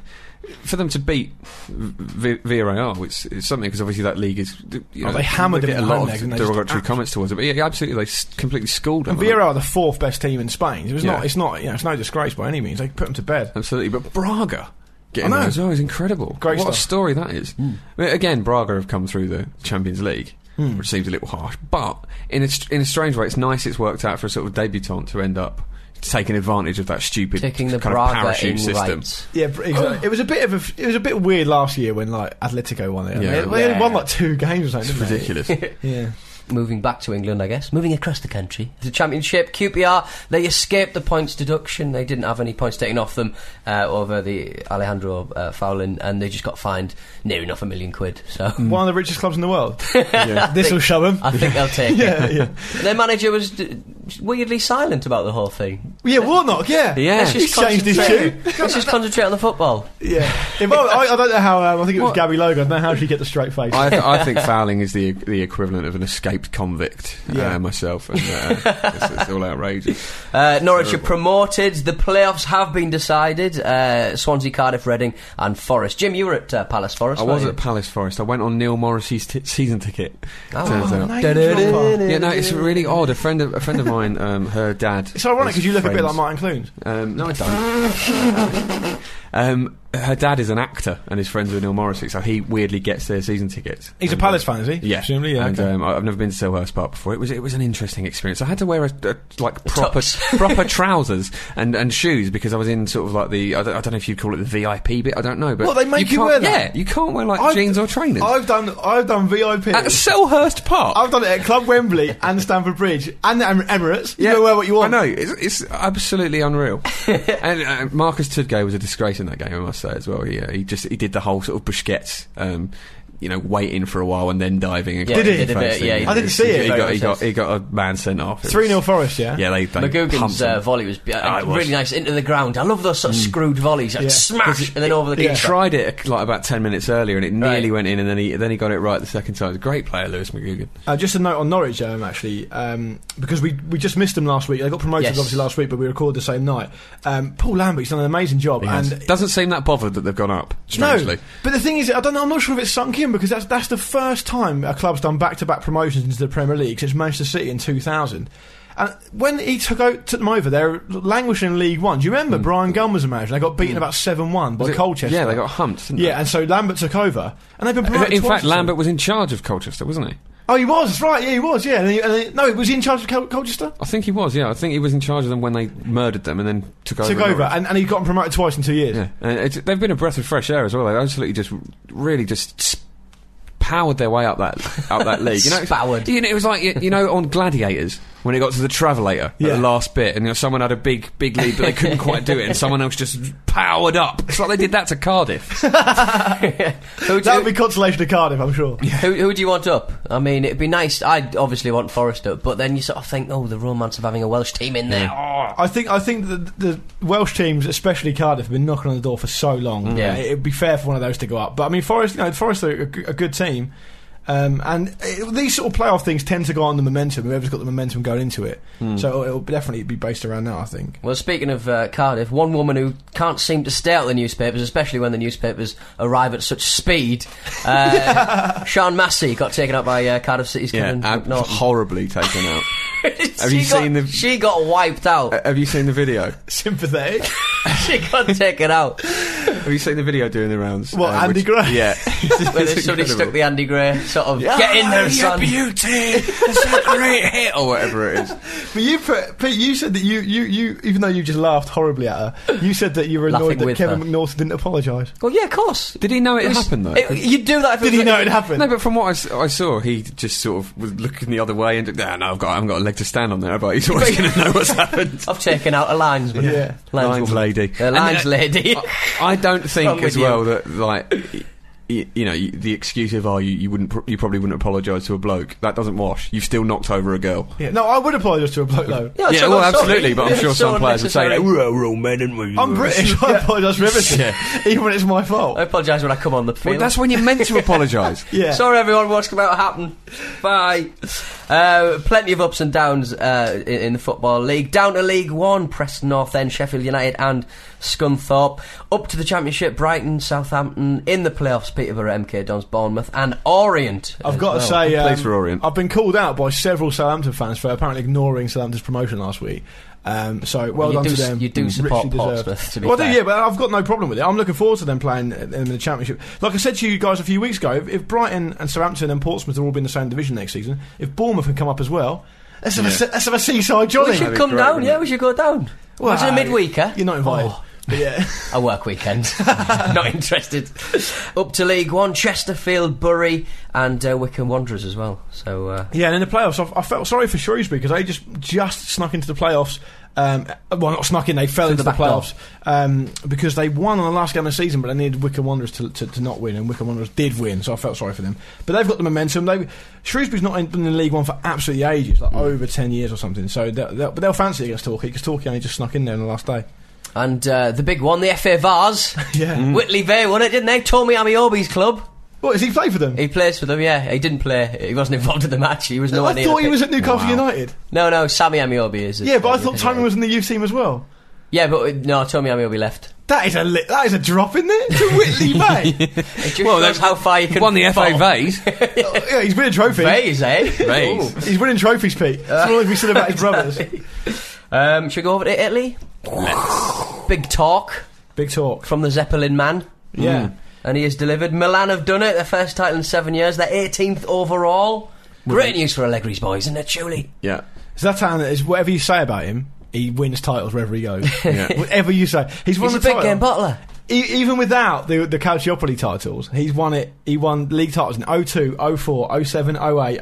S8: for them to beat v- Villarreal, which is something because obviously that league is you
S9: Oh,
S8: know,
S9: they hammered
S8: they
S9: them at
S8: get a lot
S9: home
S8: of
S9: there, didn't they? Just
S8: derogatory
S9: abs-
S8: comments towards it. But yeah, yeah, absolutely, they s- completely schooled them.
S9: And Villarreal are the fourth best team in Spain. It was
S8: Yeah.
S9: not. It's not. You know, it's no disgrace by any means. They put them to bed.
S8: Absolutely, but Braga getting
S9: I know.
S8: there as well is incredible.
S9: Great
S8: what a
S9: stuff. Hmm.
S8: story that is. I mean, again, Braga have come through the Champions League,
S9: Hmm.
S8: which seems a little harsh, but in a, str- in a strange way, it's nice it's worked out for a sort of debutant to end up taking advantage of that stupid
S7: Taking the
S8: kind
S7: Braga
S8: of parachute
S7: in
S8: system.
S7: rights.
S9: Yeah, br- exactly. it was a bit of a. f- It was a bit weird last year when like Atletico won it.
S8: Yeah.
S9: Yeah, they only
S7: Yeah.
S9: won like two games or something.
S8: It's
S9: didn't they?
S8: ridiculous.
S9: Yeah.
S7: Moving back to England, I guess. Moving across the country. The Championship, QPR, they escaped the points deduction. They didn't have any points taken off them uh, over the Alejandro uh, fouling, and they just got fined near enough a million quid. So
S9: One of the richest clubs in the world. This will show them.
S7: I think they'll take
S9: yeah,
S7: it.
S9: yeah.
S7: Their manager was d- weirdly silent about the whole thing.
S9: Yeah, Warnock, yeah.
S8: Yeah. Let's
S9: He's
S7: just
S9: changed his
S7: concentrate-
S9: tune.
S7: Let's just concentrate on the football.
S9: Yeah. If I, I, I don't know how, um, I think it was Gabby Logan, I don't know how she get the straight face.
S8: I, th- I think fouling is the e-, the equivalent of an escaped convict
S9: Yeah.
S8: uh, myself, and uh, it's, it's all outrageous.
S7: Uh, Norwich are promoted. The playoffs have been decided. Uh, Swansea, Cardiff, Reading, and Forest. Jim, you were at uh, Palace Forest.
S8: I was
S7: weren't
S8: at Palace Forest. I went on Neil Morrissey's t- season ticket.
S7: Oh.
S8: turns out.
S9: Name dropper.
S8: Yeah, no, it's really odd. A friend of a friend of mine, um, her dad.
S9: It's ironic
S8: is
S9: because you look a bit like
S8: friends-
S9: Martin Clunes.
S8: Um, no, I don't. um, her dad is an actor, and his friends are Neil Morrissey, so he weirdly gets their season tickets. uh,
S9: He's a Palace fan, is he?
S8: Yeah,
S9: Presumably, yeah,
S8: And
S9: okay.
S8: um, I- I've never been to Selhurst Park before. It was it was an interesting experience. I had to wear a, a like proper proper trousers and, and shoes because I was in sort of like the I don't, I don't know if you'd call it the VIP bit. I don't know, but
S9: Well, they make you,
S8: can't-
S9: wear that.
S8: Yeah, you can't wear like
S9: I've-
S8: jeans or trainers.
S9: I've done. I've done VIP
S8: At Selhurst Park.
S9: I've done it at Club Wembley and Stamford Bridge and the Em- Emirates. You
S8: Yeah.
S9: can wear what you want.
S8: I know it's, it's absolutely unreal. and uh, Marcus Tudgay was a disgrace in that game, I must say as well. He, uh, he just he did the whole sort of Busquets, um, you know, waiting for a while and then diving. And
S7: Yeah,
S8: cutting
S9: he
S8: the
S9: did
S7: a
S8: face
S7: bit,
S8: in.
S7: yeah, he
S9: I didn't
S8: He-
S9: see it,
S8: He
S9: though,
S8: got, he,
S9: it
S8: got,
S9: says.
S8: he got a man sent off. It
S9: Three 0
S8: was-
S9: Forest. Yeah.
S8: Yeah, they. they
S7: McGugan's
S8: pumped
S7: uh,
S8: him.
S7: volley was, uh,
S8: Ah, it was.
S7: really nice into the ground. I love those sort of screwed volleys, like
S9: Yeah.
S7: smash, and then over the
S8: He
S7: keeper.
S8: tried it like about ten minutes earlier, and it nearly
S7: Right.
S8: went in, and then he then he got it right the second time. He's a Great player, Lewis McGugan.
S9: Uh, just a note on Norwich, um, actually, um, because we we just missed them last week. They got promoted
S7: Yes.
S9: obviously last week, but we recorded the same night. Um, Paul Lambert's done an amazing job, and
S8: doesn't seem that bothered that they've gone up. Strangely,
S9: No, but the thing is, I don't. know- I'm not sure if it's sunk in because that's that's the first time a club's done back-to-back promotions into the Premier League since Manchester City in 2000. And when he took o took them over, they were languishing in League One. Do you remember Brian Gunn was a manager? They got beaten about seven-one by
S8: Mm. Was it-
S9: Colchester.
S8: Yeah, they got humped. Didn't
S9: Yeah, and so Lambert took over, and they've been
S8: they?
S9: promoted
S8: in
S9: twice
S8: fact,
S9: or so.
S8: Lambert was in charge of Colchester, wasn't he?
S9: Oh, he was. That's right. Yeah, he was. Yeah. And he, and he- no, was he in charge of Col- Colchester?
S8: I think he was. Yeah, I think he was in charge of them when they murdered them and then took over.
S9: took over,
S8: Norwich.
S9: and, and he got him promoted twice in two years.
S8: Oh, yeah, and it's, they've been a breath of fresh air as well. They absolutely just, really just. s- Powered their way up that up that league, you know. it's-
S7: Spowered.
S8: You know, it was like you, you know on Gladiators when it got to the Travelator at
S9: Yeah.
S8: the last bit, and you know, someone had a big big lead, but they couldn't quite do it, and someone else just powered up. It's like they did that to Cardiff.
S7: Who, do,
S9: That would be consolation to Cardiff, I'm sure.
S7: who, who do you want up? I mean, it'd be nice. I obviously want Forrest up, but then you sort of think, oh, the romance of having a Welsh team in there.
S9: I think I think the, the Welsh teams, especially Cardiff, have been knocking on the door for so
S8: Mm.
S9: long.
S7: Yeah.
S9: it would be fair for one of those to go up. But I mean, Forest, you know, Forest are a, g- a good team, um, and it, these sort of playoff things tend to go on the momentum. Whoever's got the momentum going into it,
S8: Mm.
S9: so it'll, it'll definitely be based around that. I think.
S7: Well, speaking of uh, Cardiff, one woman who can't seem to stay out of the newspapers, especially when the newspapers arrive at such speed, uh, Sean Massey got taken out by uh, Cardiff City's Kevin
S8: ab-
S7: McNaughton.
S8: horribly taken out. Have
S7: She
S8: you
S7: got-
S8: seen the-
S7: She got wiped out.
S8: Uh, Have you seen the video?
S9: Sympathetic.
S7: she got taken out.
S8: Have you seen the video doing the rounds? uh,
S9: What, Andy
S8: which-
S9: Gray?
S8: Yeah.
S7: Where somebody stuck the Andy Gray sort of get in there, son.
S8: beauty! That's a great hit! Or whatever it is.
S9: but you, put, Pete, you said that you, you, you, even though you just laughed horribly at her, you said that you were
S7: Laughing
S9: annoyed that
S7: with
S9: Kevin
S7: her.
S9: McNaughton didn't apologise.
S7: Well, yeah, of course.
S8: Did he know it,
S7: was-
S8: happened, though?
S7: it- you'd do that if it
S9: Did he
S7: was-
S9: know it happened?
S8: no, but from what I s- I, saw, he just sort of was looking the other way and no, no, I've got, I haven't got a leg to stand on there, but he's always going to know what's happened.
S7: I've taken out a linesman.
S9: Yeah.
S8: Lines
S7: woman.
S8: lady.
S7: A lines
S8: And, uh,
S7: lady.
S8: I, I don't think
S7: I'm
S8: as
S7: with
S8: well
S7: you.
S8: that like you, you know you, the excuse of oh you, you wouldn't pr- you probably wouldn't apologise to a bloke that doesn't wash. You've still knocked over a girl.
S9: Yeah, no, I would apologise to a bloke though.
S7: Yeah,
S8: yeah,
S7: so
S8: well,
S7: I'm sorry.
S8: absolutely, but I'm
S7: It's
S8: sure
S7: so
S8: some players would say,
S7: unnecessary.
S8: we're, we're all men, aren't we?
S9: I'm British. I apologise for everything, even when it's my fault.
S7: I apologise when I come on the
S8: Well,
S7: field.
S8: that's when you're meant to apologise.
S9: Yeah.
S7: Sorry, everyone. What's about to happen? Bye. Uh, plenty of ups and downs uh, in, in the football league. Down to League One: Preston North End, Sheffield United, and Scunthorpe. Up to the Championship: Brighton, Southampton. In the playoffs: Peterborough, MK Dons, Bournemouth, and Orient.
S9: I've
S7: as
S9: got to
S7: well.
S9: say,
S8: Place
S9: um,
S8: for Orient.
S9: I've been called out by several Southampton fans for apparently ignoring Southampton's promotion last week. Um, so well
S7: You
S9: done
S7: do
S9: to
S7: s-
S9: them.
S7: you do support
S9: Richly deserved.
S7: Portsmouth, to be
S9: well, I
S7: fair.
S9: do, yeah, but I've got no problem with it. I'm looking forward to them playing uh, in the championship. Like I said to you guys a few weeks ago, if, if Brighton and Southampton and Portsmouth are all be in the same division next season, if Bournemouth can come up as well, let's have, a, se- let's have a seaside jolly.
S7: we should
S8: be
S7: come
S8: great,
S7: down.
S8: wouldn't
S7: Yeah,
S8: it?
S7: we should go down. Well, Imagine a midweeker.
S9: You're not invited.
S7: Oh.
S9: But yeah.
S7: A work weekend. Not interested. Up to League One, Chesterfield, Bury, and uh, Wickham Wanderers as well. So uh,
S9: Yeah, and in the playoffs, I, I felt sorry for Shrewsbury because they just just snuck into the playoffs. Um, well, not snuck in; they fell into the,
S7: the back door.
S9: playoffs um, because they won on the last game of the season, but they needed Wickham Wanderers to, to, to not win, and Wickham Wanderers did win, so I felt sorry for them. But they've got the momentum. They Shrewsbury's not in, been in League One for absolutely ages,
S7: Mm.
S9: like over ten years or something. So, they'll, they'll, but they'll fancy it against Torquay because Torquay only just snuck in there on the last day.
S7: And uh, the big one, the FA Vars.
S9: Yeah. Mm.
S7: Whitley Vale won it, didn't they? Tommy Amiobi's club.
S9: What has he played for them?
S7: He plays for them, yeah. He didn't play. He wasn't involved in the match. He was nowhere
S9: I
S7: near.
S9: thought
S7: the
S9: he
S7: pitch.
S9: was at Newcastle United.
S7: No, no, Sammy Amiobi is.
S9: Yeah, but I thought
S7: eh?
S9: Tony was in the youth team as well.
S7: Yeah, but uh, no, Tommy Amiobi left.
S9: That is a li- that is a drop in there to Whitley Bay.
S7: It just well, shows how far you can.
S8: Won the FA
S7: fall.
S8: Vase.
S9: yeah, he's winning trophies.
S7: Vase, eh?
S8: Vase.
S7: Ooh.
S9: He's winning trophies, Pete. That's all we said about his brothers.
S7: Um, should we go over to Italy? Big talk.
S9: Big talk. Mm.
S7: From the Zeppelin man.
S9: Yeah.
S7: And he has delivered. Milan have done it, their first title in seven years, their 18th overall. Great news for Allegri's boys, isn't it, surely?
S8: Yeah.
S9: Zlatan is whatever you say about him, he wins titles wherever he goes.
S8: Yeah.
S9: whatever you say, he's won
S7: He's
S9: the
S7: a big
S9: title.
S7: game bottler.
S9: E- even without the the Calciopoli titles, he's won it. He won league titles in 02, 04, 07, 08, 09, 10,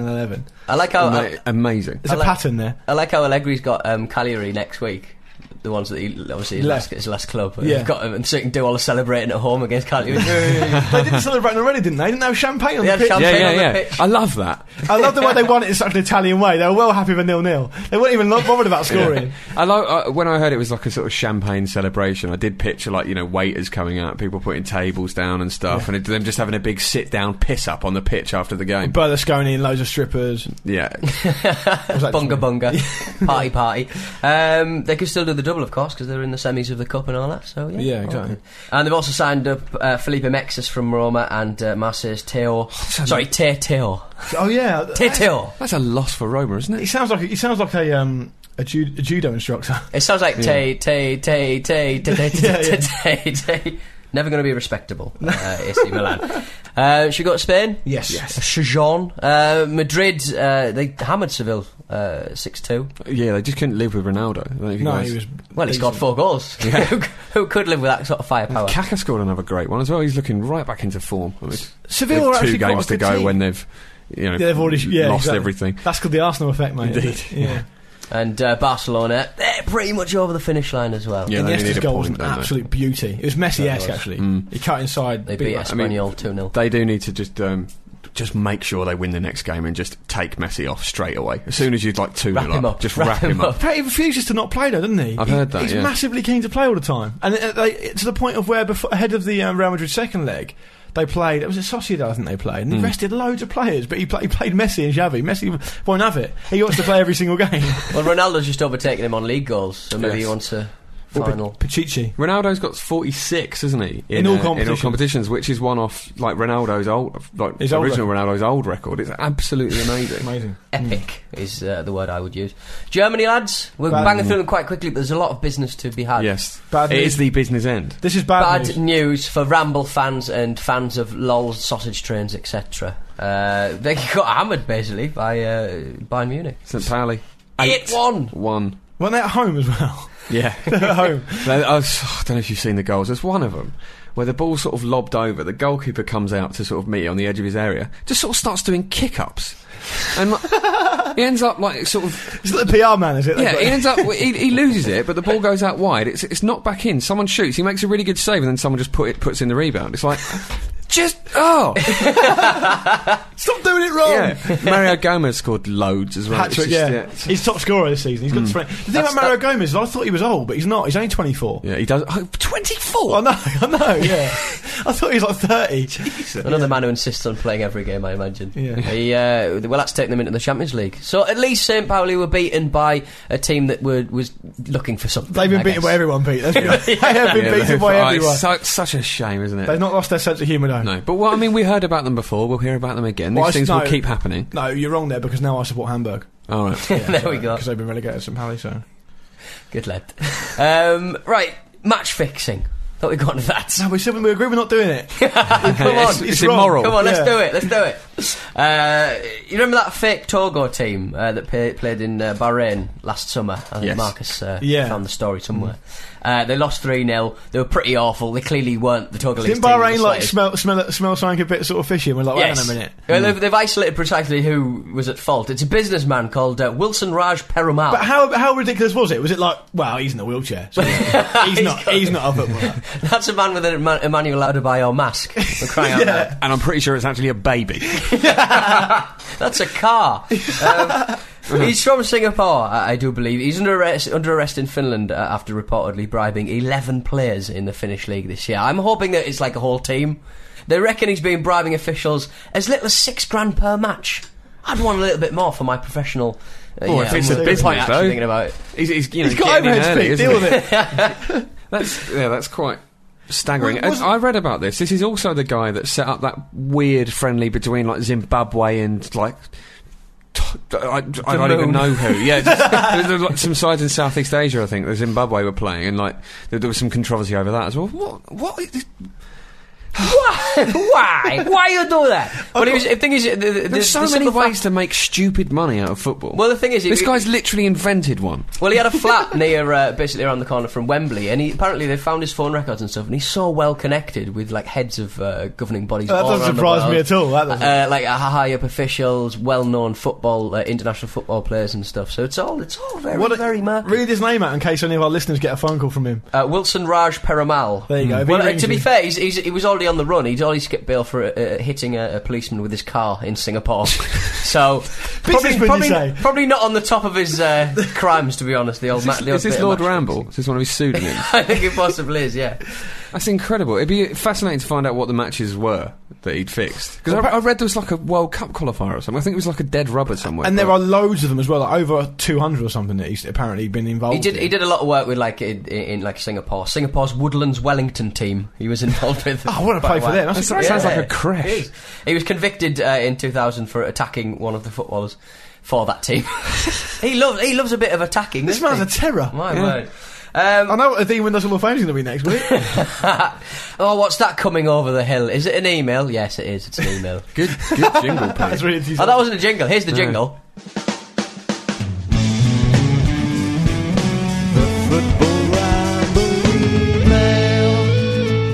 S9: and 11.
S7: I like how.
S8: Ama- amazing.
S9: There's
S7: I
S9: a
S7: like-
S9: pattern there.
S7: I like how Allegri's got um, Cagliari next week. The ones that he obviously his
S9: Left.
S7: last, his last club.
S9: Yeah.
S7: He's got him, and so he can do all the celebrating at home against Cagliari. yeah,
S9: they didn't celebrate already, didn't they? Didn't they have champagne on the
S7: They had
S9: pitch?
S8: Yeah,
S7: champagne.
S8: yeah,
S7: on the
S8: yeah.
S7: pitch.
S8: I love that.
S9: I love the way they won it in such an Italian way. They were well happy with nil nil. They weren't even lo- bothered about scoring.
S8: I like uh, when I heard it was like a sort of champagne celebration. I did picture like you know waiters coming out, people putting tables down and stuff, and it, them just having a big sit down piss up on the pitch after the game.
S9: Berlusconi and loads of strippers.
S8: yeah,
S9: Was that-
S7: bunga bunga. party party. Um, they could still do the double, of course, because they're in the semis of the Cup and all that. So Yeah,
S9: Yeah,
S7: all
S9: exactly.
S7: good. And they've also signed up uh, Felipe Mexis from Roma and uh, Marseille's Teo. Sorry, Te Teo.
S9: Oh yeah,
S7: Te Teo.
S8: that's a loss for Roma, isn't
S9: he
S8: it?
S9: sounds like he sounds like a um a, ju- a judo instructor.
S7: It sounds like Tay, Tay, Tay, Tay, Tay, Tay,
S9: Yeah,
S7: Tay, Tay, Tay. Never going to be respectable, uh, AC Milan. Uh, should we go to Spain?
S9: Yes. Yes.
S7: Shijon. Uh, Madrid, uh, they hammered Seville uh, 6 2.
S8: Yeah, they just couldn't live with Ronaldo. I don't know if you
S9: No,
S8: guys-
S9: he was.
S7: Well, he's got four goals. who, who could live with that sort of firepower?
S8: Kaka scored another great one as well. He's looking right back into form. I mean,
S9: Seville
S8: with
S9: are
S8: two
S9: actually
S8: games
S9: quite a
S8: to
S9: good
S8: go
S9: team.
S8: when they've you know
S9: Yeah, they've already yeah,
S8: lost
S9: exactly.
S8: everything.
S9: That's called the Arsenal effect, mate.
S8: Indeed.
S9: Yeah.
S7: And uh, Barcelona, they're pretty much over the finish line as well.
S8: Yeah, they
S9: Iniesta's
S8: need a
S9: goal was
S8: point,
S9: an
S8: don't they? Mm.
S9: absolute beauty. It was Messi-esque actually. He cut inside.
S7: They
S9: big
S7: beat
S9: man.
S8: I mean-
S7: Espanyol 2 0.
S8: They do need to just um, just make sure they win the next game and just take Messi off straight away as soon as you'd like two
S7: Wrap
S8: nil
S7: him
S8: up,
S7: up,
S8: Just wrap, him up.
S9: But he refuses to not play, though, doesn't he?
S8: I've
S9: He-
S8: heard that,
S9: He's
S8: yeah.
S9: massively keen to play all the time, and uh, they, to the point of where before, ahead of the um, Real Madrid second leg, they played. It was a Sociedad, I think they played, and
S8: Hmm.
S9: he rested loads of players. But he, pla he played Messi and Xavi. Messi won't have it. He wants to play every single game.
S7: Well, Ronaldo's just overtaken him on league goals, so maybe
S8: Yes.
S7: he wants a
S9: Or
S7: final.
S9: Pa- Pachichi.
S8: Ronaldo's got 46, isn't he?
S9: In all
S8: uh, In all
S9: competitions.
S8: competitions, which is one off like Ronaldo's old, like
S9: His old
S8: original Ronaldo's old record. It's absolutely amazing.
S9: Amazing.
S7: Epic is uh, the word I would use. Germany, lads, we're
S9: Bad
S7: banging through them quite quickly, but there's a lot of business to be had.
S8: yes,
S9: Bad
S8: it
S9: news.
S8: is the business end.
S9: This is bad, news.
S7: Bad news for Ramble fans and fans of LOL sausage trains, etc. Uh, they got hammered basically by uh, Bayern Munich.
S8: St. Pauli
S7: Eight one.
S8: one.
S9: Weren't they at home as well?
S8: Yeah,
S9: They're at home.
S8: Now, I, was- I don't know if you've seen the goals. There's one of them where the ball sort of lobbed over. The goalkeeper comes out to sort of meet it on the edge of his area. Just sort of starts doing kick ups, and like, he ends up like sort of
S9: It's not the PR man, is it?
S8: yeah. He ends up he, he loses it, but the ball goes out wide. It's it's knocked back in. Someone shoots. He makes a really good save, and then someone just put it puts in the rebound. It's like. Just oh
S9: Stop doing it wrong.
S8: yeah, Mario Gomez scored loads as well.
S9: Hat
S8: It's
S9: trick,
S8: just, Hmm.
S9: yeah.
S8: it's-
S9: He's top scorer this season. He's got three. The thing about Mario Gomez is I thought he was old, but he's not. He's only 24.
S8: yeah, he does. Oh, Twenty four.
S9: I know, I know, yeah. I thought he was like 30.
S7: Another man who insists on playing every game, I imagine.
S9: Yeah.
S7: He, uh, well, that's taking them into the Champions League. So at least St. Pauli were beaten by a team that were, was looking for something.
S9: They've been
S7: I
S9: beaten
S7: guess.
S9: by everyone, Pete. That's right. They have been
S8: Yeah,
S9: beaten by
S8: oh,
S9: everyone.
S8: It's so, such a shame, isn't it?
S9: They've not lost their sense of humour, though.
S8: No, but well, I mean, we heard about them before. We'll hear about them again. These
S9: Well, I
S8: things
S9: s-
S8: will
S9: no.
S8: keep happening.
S9: No, you're wrong there because now I support Hamburg.
S8: All right.
S7: there we go.
S9: Because they've been relegated to St. Pally, so.
S7: Good lad. Um, right, match fixing. Thought we got onto that.
S9: No, we said we agree we're not doing it. Come on,
S8: It's-
S9: it's,
S8: it's
S9: wrong.
S8: immoral.
S7: Come on, let's
S9: Yeah.
S7: do it. Let's do it. Uh, you remember that fake Togo team uh, that pay, played in uh, Bahrain last summer? I think
S8: Yes.
S7: Marcus uh,
S9: Yeah.
S7: found the story somewhere. Uh, they lost 3 0. They were pretty awful. They clearly weren't the Togo
S9: Didn't Bahrain like smell smell smell something a bit sort of fishy? And we're like, wait
S7: Yes.
S9: a minute. Hmm.
S7: Well, they've, they've isolated precisely who was at fault. It's a businessman called uh, Wilson Raj Perumal.
S9: But how how ridiculous was it? Was it like, well, he's in a wheelchair, so he's not he's not a footballer.
S7: That's a man with an Eman- Emmanuel Adebayor mask. For crying out loud.
S8: And I'm pretty sure it's actually a baby.
S7: That's a car. Um, he's from Singapore, I, I do believe. He's under arrest, under arrest in Finland uh, after reportedly bribing 11 players in the Finnish league this year. I'm hoping that it's like a whole team. They reckon he's been bribing officials as little as six grand per match. I'd want a little bit more for my professional. Uh,
S8: Oh, if it's a
S7: I'm
S8: business,
S7: quite actually
S8: though.
S7: thinking about it.
S8: He's, he's, you know,
S9: He's got
S8: getting in
S9: overhead
S8: early,
S9: speed.
S8: isn't
S9: Deal with
S8: he?
S9: it.
S8: That's yeah, that's quite staggering.
S9: Well, it
S8: And I read about this. This is also the guy that set up that weird friendly between like Zimbabwe and like. t- I, I don't even
S9: moon.
S8: know who. Yeah, just, there was like some sides in Southeast Asia, I think, that Zimbabwe were playing, and like there, there was some controversy over that as well. What? What? is this-
S7: Why? Why? Why you do that? But it was, the thing is, the, the,
S8: There's so many ways to make stupid money out of football.
S7: Well, the thing is, if
S8: this
S7: you-
S8: guy's literally invented one.
S7: Well, he had a flat near, uh, basically around the corner from Wembley, and he apparently they found his phone records and stuff, and he's so well connected with like heads of uh, governing bodies.
S9: That
S7: all
S9: doesn't
S7: around the
S9: surprise me
S7: world.
S9: at all, that doesn't.
S7: Uh, like uh, high up officials, well-known football, uh, international football players and stuff. So it's all it's all very
S9: What a-
S7: very mad.
S9: Read his name out in case any of our listeners get a phone call from him.
S7: Uh, Wilson Raj Peramal.
S9: There you go. If he
S7: Well, uh,
S9: rings
S7: to be
S9: you-
S7: fair, he's, he's, he was already on the run. He'd already skipped bail for uh, uh, hitting a, a policeman with his car in Singapore. so probably,
S9: Businessman, you
S7: probably,
S9: say?
S7: probably not on the top of his uh, crimes, to be honest. The old
S8: Is this,
S7: ma- the old
S8: is this
S7: bit of
S8: Lord
S7: match-
S8: Ramble? Is this one of his pseudonyms?
S7: I think it possibly is. Yeah.
S8: That's incredible. It'd be fascinating to find out what the matches were that he'd fixed. Because I, I read there was like a World Cup qualifier or something. I think it was like a dead rubber somewhere.
S9: And there
S8: but-
S9: are loads of them as well, like over 200 or something that he's apparently been involved
S7: He did.
S9: in.
S7: He did a lot of work with like in, in like Singapore, Singapore's Woodlands Wellington team. He was involved with.
S9: I wanna
S7: quite
S9: Oh, play
S7: a
S9: for
S7: while.
S9: them. That's-
S8: that sounds like a crash.
S7: It is. He was convicted uh, in 2000 for attacking one of the footballers for that team. he loves. He loves a bit of attacking.
S9: This
S7: doesn't
S9: man's a
S7: he?
S9: terror.
S7: My
S8: Yeah.
S7: word. Um,
S9: I know what the theme Windows Hall of Fame is going to be next week.
S7: oh, what's that coming over the hill? Is it an email? Yes, it is. It's an email.
S8: Good, good jingle, Pete.
S9: That's really
S7: oh, that wasn't a jingle. Here's the
S8: No.
S7: jingle.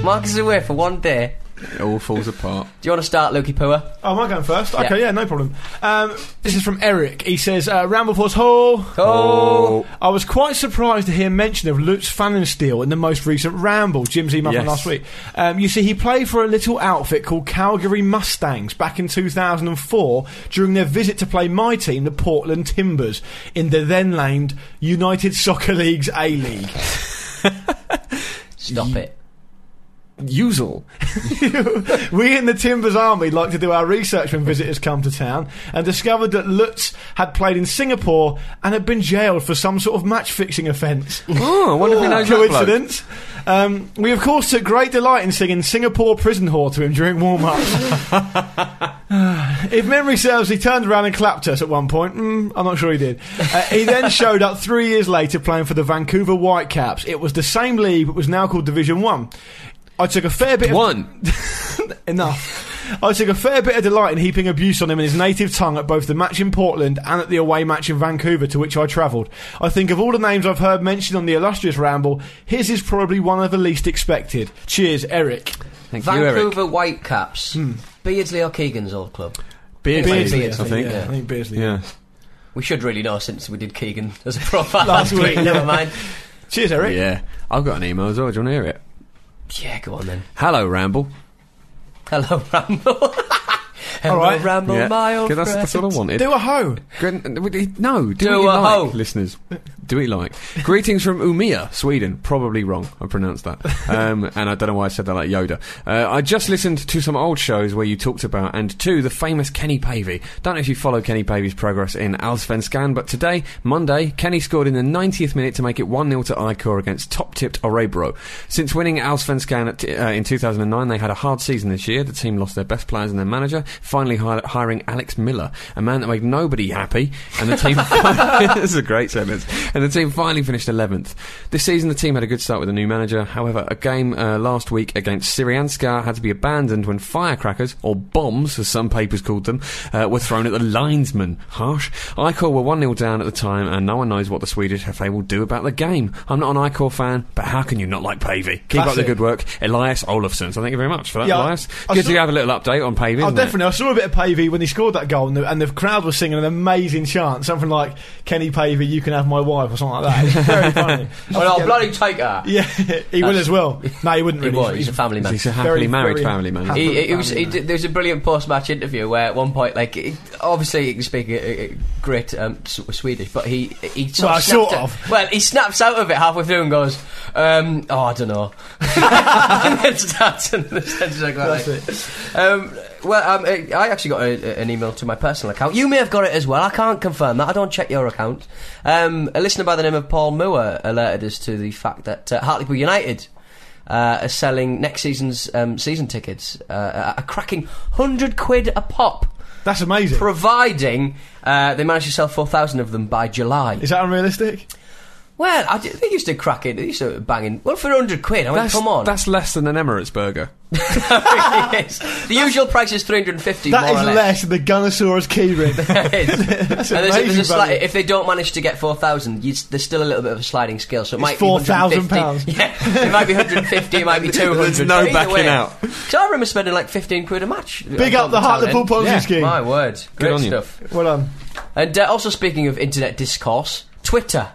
S7: Mark is away for one day.
S8: It all falls apart.
S7: Do you want to start, Lukey Pua?
S9: Oh, am I going first?
S7: Yeah.
S9: Okay, yeah, no problem. Um, this is from Eric. He says, uh, Ramblefors Hall.
S7: Oh.
S9: I was quite surprised to hear mention of Lutz Fannensteel in the most recent Ramble, Jim's email
S8: Yes.
S9: from last week. Um, you see, he played for a little outfit called Calgary Mustangs back in 2004 during their visit to play my team, the Portland Timbers, in the then named United Soccer League's A League.
S7: Stop it.
S8: Usal.
S9: we in the Timbers Army like to do our research when visitors come to town and discovered that Lutz had played in Singapore and had been jailed for some sort of match fixing offence.
S8: Oh, I wonder if he knows that bloke.
S9: Coincidence. Um, we, of course, took great delight in singing Singapore Prison Whore to him during warm up. if memory serves, he turned around and clapped us at one point. Mm, I'm not sure he did. Uh, he then showed up three years later playing for the Vancouver Whitecaps. It was the same league, but was now called Division One. I took a fair bit of
S8: One.
S9: enough. I took a fair bit of delight in heaping abuse on him in his native tongue at both the match in Portland and at the away match in Vancouver to which I travelled. I think of all the names I've heard mentioned on the illustrious ramble, his is probably one of the least expected. Cheers, Eric.
S8: Thank you, Eric.
S7: Vancouver Whitecaps. Beardsley or Keegan's old club? Beardsley,
S8: I think.
S9: Yeah, I think Beardsley.
S8: Yeah.
S7: We should really know since we did Keegan as a profile
S9: Last
S7: last week.
S9: week.
S7: Never mind.
S9: Cheers, Eric.
S8: Yeah. I've got an email as well. Do you want to hear it?
S7: Yeah, go on then.
S8: Hello, Ramble.
S7: Hello, Ramble. Hello,
S9: right.
S7: Ramble,
S8: Yeah.
S7: my old
S8: 'Cause that's, that's
S7: friend.
S8: what I wanted.
S9: Do a hoe.
S8: Gren- No, do,
S7: Do
S8: what you
S7: a
S8: like,
S7: hoe.
S8: listeners. Do what you like. Greetings from Umeå, Sweden. Probably wrong. I pronounced that, um, and I don't know why I said that like Yoda. Uh, I just listened to some old shows where you talked about and to the famous Kenny Pavey. Don't know if you follow Kenny Pavey's progress in Allsvenskan, but today, Monday, Kenny scored in the 90th minute to make it one 0 to Icor against top-tipped Orebro. Since winning Allsvenskan at, uh, in 2009, they had a hard season this year. The team lost their best players and their manager, finally hi- hiring Alex Miller, a man that made nobody happy, and the team. this is a great sentence. And the team finally finished 11th. This season, the team had a good start with a new manager. However, a game uh, last week against Syrianska had to be abandoned when firecrackers, or bombs as some papers called them, uh, were thrown at the linesman. Harsh. Icor were 1 0 down at the time, and no one knows what the Swedish FA will do about the game. I'm not an Icor fan, but how can you not like Pavey? Keep up the
S9: Classic.
S8: good work. Elias Olofsson. So thank you very much for that,
S9: Yeah, I-
S8: Elias.
S9: I
S8: Good
S9: saw-
S8: to have a little update on Pavey.
S9: Oh,
S8: isn't it?
S9: definitely. I saw a bit of Pavey when he scored that goal, and the, and the crowd was singing an amazing chant, something like "Kenny Pavey, you can have my wife" or something like that. It's very funny.
S7: Well, I'll Oh, bloody take that.
S9: Yeah, he will as well. No, he wouldn't
S7: He
S9: really.
S7: was. He's a family man.
S8: He's a
S9: very,
S8: happily married
S9: very
S8: family man.
S9: happy
S7: He, it
S9: family
S7: was, he
S9: man.
S7: did, there was a brilliant post-match interview where at one point, like, he- obviously he can speak a, great um, S- Swedish, but he he sort,
S9: Well,
S7: of, snapped
S9: sort
S7: it-
S9: of.
S7: well, he snaps out of it halfway through and goes, um, "Oh, I don't know," and then starts and the sentence like that.
S9: That's it.
S7: Um, well, um, I I actually got a, a- an email to my personal account. You may have got it as well. I can't confirm that. I don't check your account. Um, a listener by the name of Paul Moore alerted us to the fact that uh, Hartlepool United uh, are selling next season's um, season tickets uh, at a cracking hundred quid a pop.
S9: That's amazing.
S7: Providing uh, they manage to sell 4,000 of them by July.
S9: Is that unrealistic?
S7: Well, I d- they used to crack it. They used to bang in. Well, for 100 quid. I went,
S8: That's,
S7: come on.
S8: that's less than an Emirates burger.
S7: Yes. The usual price is 350
S9: That
S7: more
S9: is
S7: or less.
S9: less than the Gunnosaurus keyring.
S7: It is.
S9: That's
S7: And there's a- there's a
S9: amazing
S7: slight-
S9: value.
S7: if they don't manage to get 4,000, you s- there's still a little bit of a sliding scale. So it might be
S9: £4,000.
S7: 150. Yeah, it might be 150, it might be 200.
S8: There's no
S7: but either
S8: backing
S7: way-
S8: out.
S7: So I remember spending like 15 quid a match.
S9: Big up the
S7: heart
S9: Hartlepool Ponzi scheme.
S7: My word.
S8: Good
S7: Great
S8: on you.
S7: stuff.
S9: well done.
S7: And uh, also speaking of internet discourse, Twitter.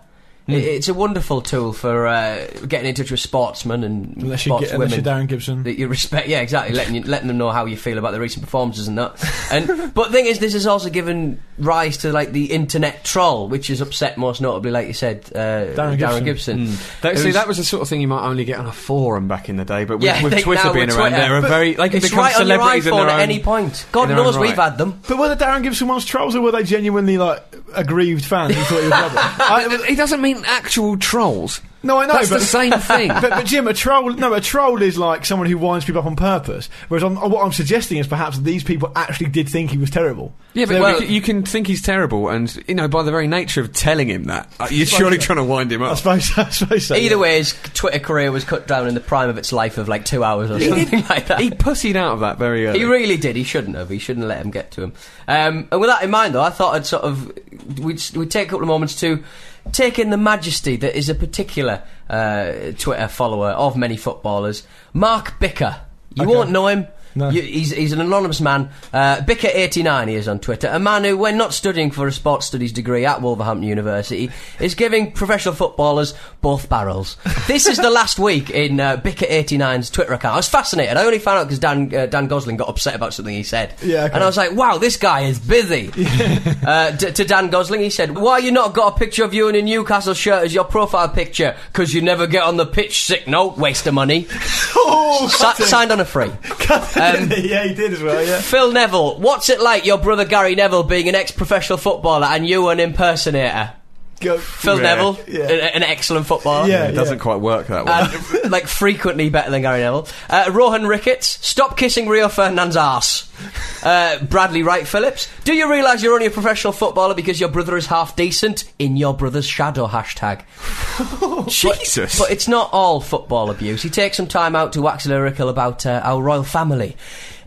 S9: Hmm.
S7: I- It's a wonderful tool for uh, getting in touch with sportsmen and
S9: Unless you
S7: sports
S9: get unless you're
S7: women
S9: Darren Gibson.
S7: that you respect. Yeah, exactly. Letting you, letting them know how you feel about the recent performances and that. And but the thing is, this has also given rise to like the internet troll, which has upset most notably, like you said, uh, Darren,
S9: Darren
S7: Gibson.
S8: That,
S7: It
S8: see,
S7: was-
S8: that was the sort of thing you might only get on a forum back in the day, but with,
S7: Yeah, I
S8: with
S7: think now
S8: Twitter being
S7: with
S8: around,
S7: Twitter.
S8: they're a
S7: But
S8: very they can
S7: it's
S8: become
S7: right on your
S8: celebrities in
S7: iPhone
S8: their
S7: at
S8: own-
S7: any point. God
S8: in their own
S7: knows we've
S8: right.
S7: had them.
S9: But were the Darren Gibson ones trolls, or were they genuinely like aggrieved fans who thought he was rubbish? I,
S8: He doesn't mean actual trolls.
S9: no, I know.
S8: That's
S9: but,
S8: the same thing.
S9: but, but Jim, a troll, no, a troll is like someone who winds people up on purpose. Whereas I'm, what I'm suggesting is perhaps these people actually did think he was terrible.
S8: Yeah, but
S9: So-
S8: you, can, you can think he's terrible, and you know by the very nature of telling him that, uh, you're surely trying to wind him
S9: I
S8: up.
S9: suppose. I suppose so.
S7: Either way, his Twitter career was cut down in the prime of its life of like two hours or something like that.
S8: He pussied out of that very early.
S7: He really did. He shouldn't have. He shouldn't let him get to him. Um, and with that in mind, though, I thought I'd sort of we'd, we'd take a couple of moments to take in the majesty that is a particular uh, Twitter follower of many footballers, Mark Bicker. You won't know him.
S9: No.
S7: You- he's, he's an anonymous man. Uh, Bicker89 he is on Twitter. A man who, when not studying for a sports studies degree at Wolverhampton University, is giving professional footballers both barrels. this is the last week in uh, Bicker89's Twitter account. I was fascinated. I only found out because Dan, uh, Dan Gosling got upset about something he said.
S9: Yeah, okay.
S7: And I was like, wow, this guy is busy. uh, d- to Dan Gosling, he said, why you not got a picture of you in a Newcastle shirt as your profile picture? Because you never get on the pitch, sick note, waste of money.
S9: Oh,
S7: Si- signed on a free. Um,
S9: yeah, he did as well. Yeah.
S7: Phil Neville, what's it like your brother Gary Neville being an ex-professional footballer and you an impersonator?
S9: Go.
S7: Phil
S8: Yeah.
S7: Neville,
S9: Yeah.
S7: a- an excellent footballer.
S9: Yeah.
S8: it doesn't quite work that way.
S7: And, like frequently better than Gary Neville. Uh, Rohan Ricketts, stop kissing Rio Ferdinand's arse. Uh, Bradley Wright Phillips, do you realise you're only a professional footballer because your brother is half decent? In your brother's shadow hashtag.
S8: Jesus.
S7: But it's not all football abuse. He takes some time out to wax lyrical about uh, our royal family.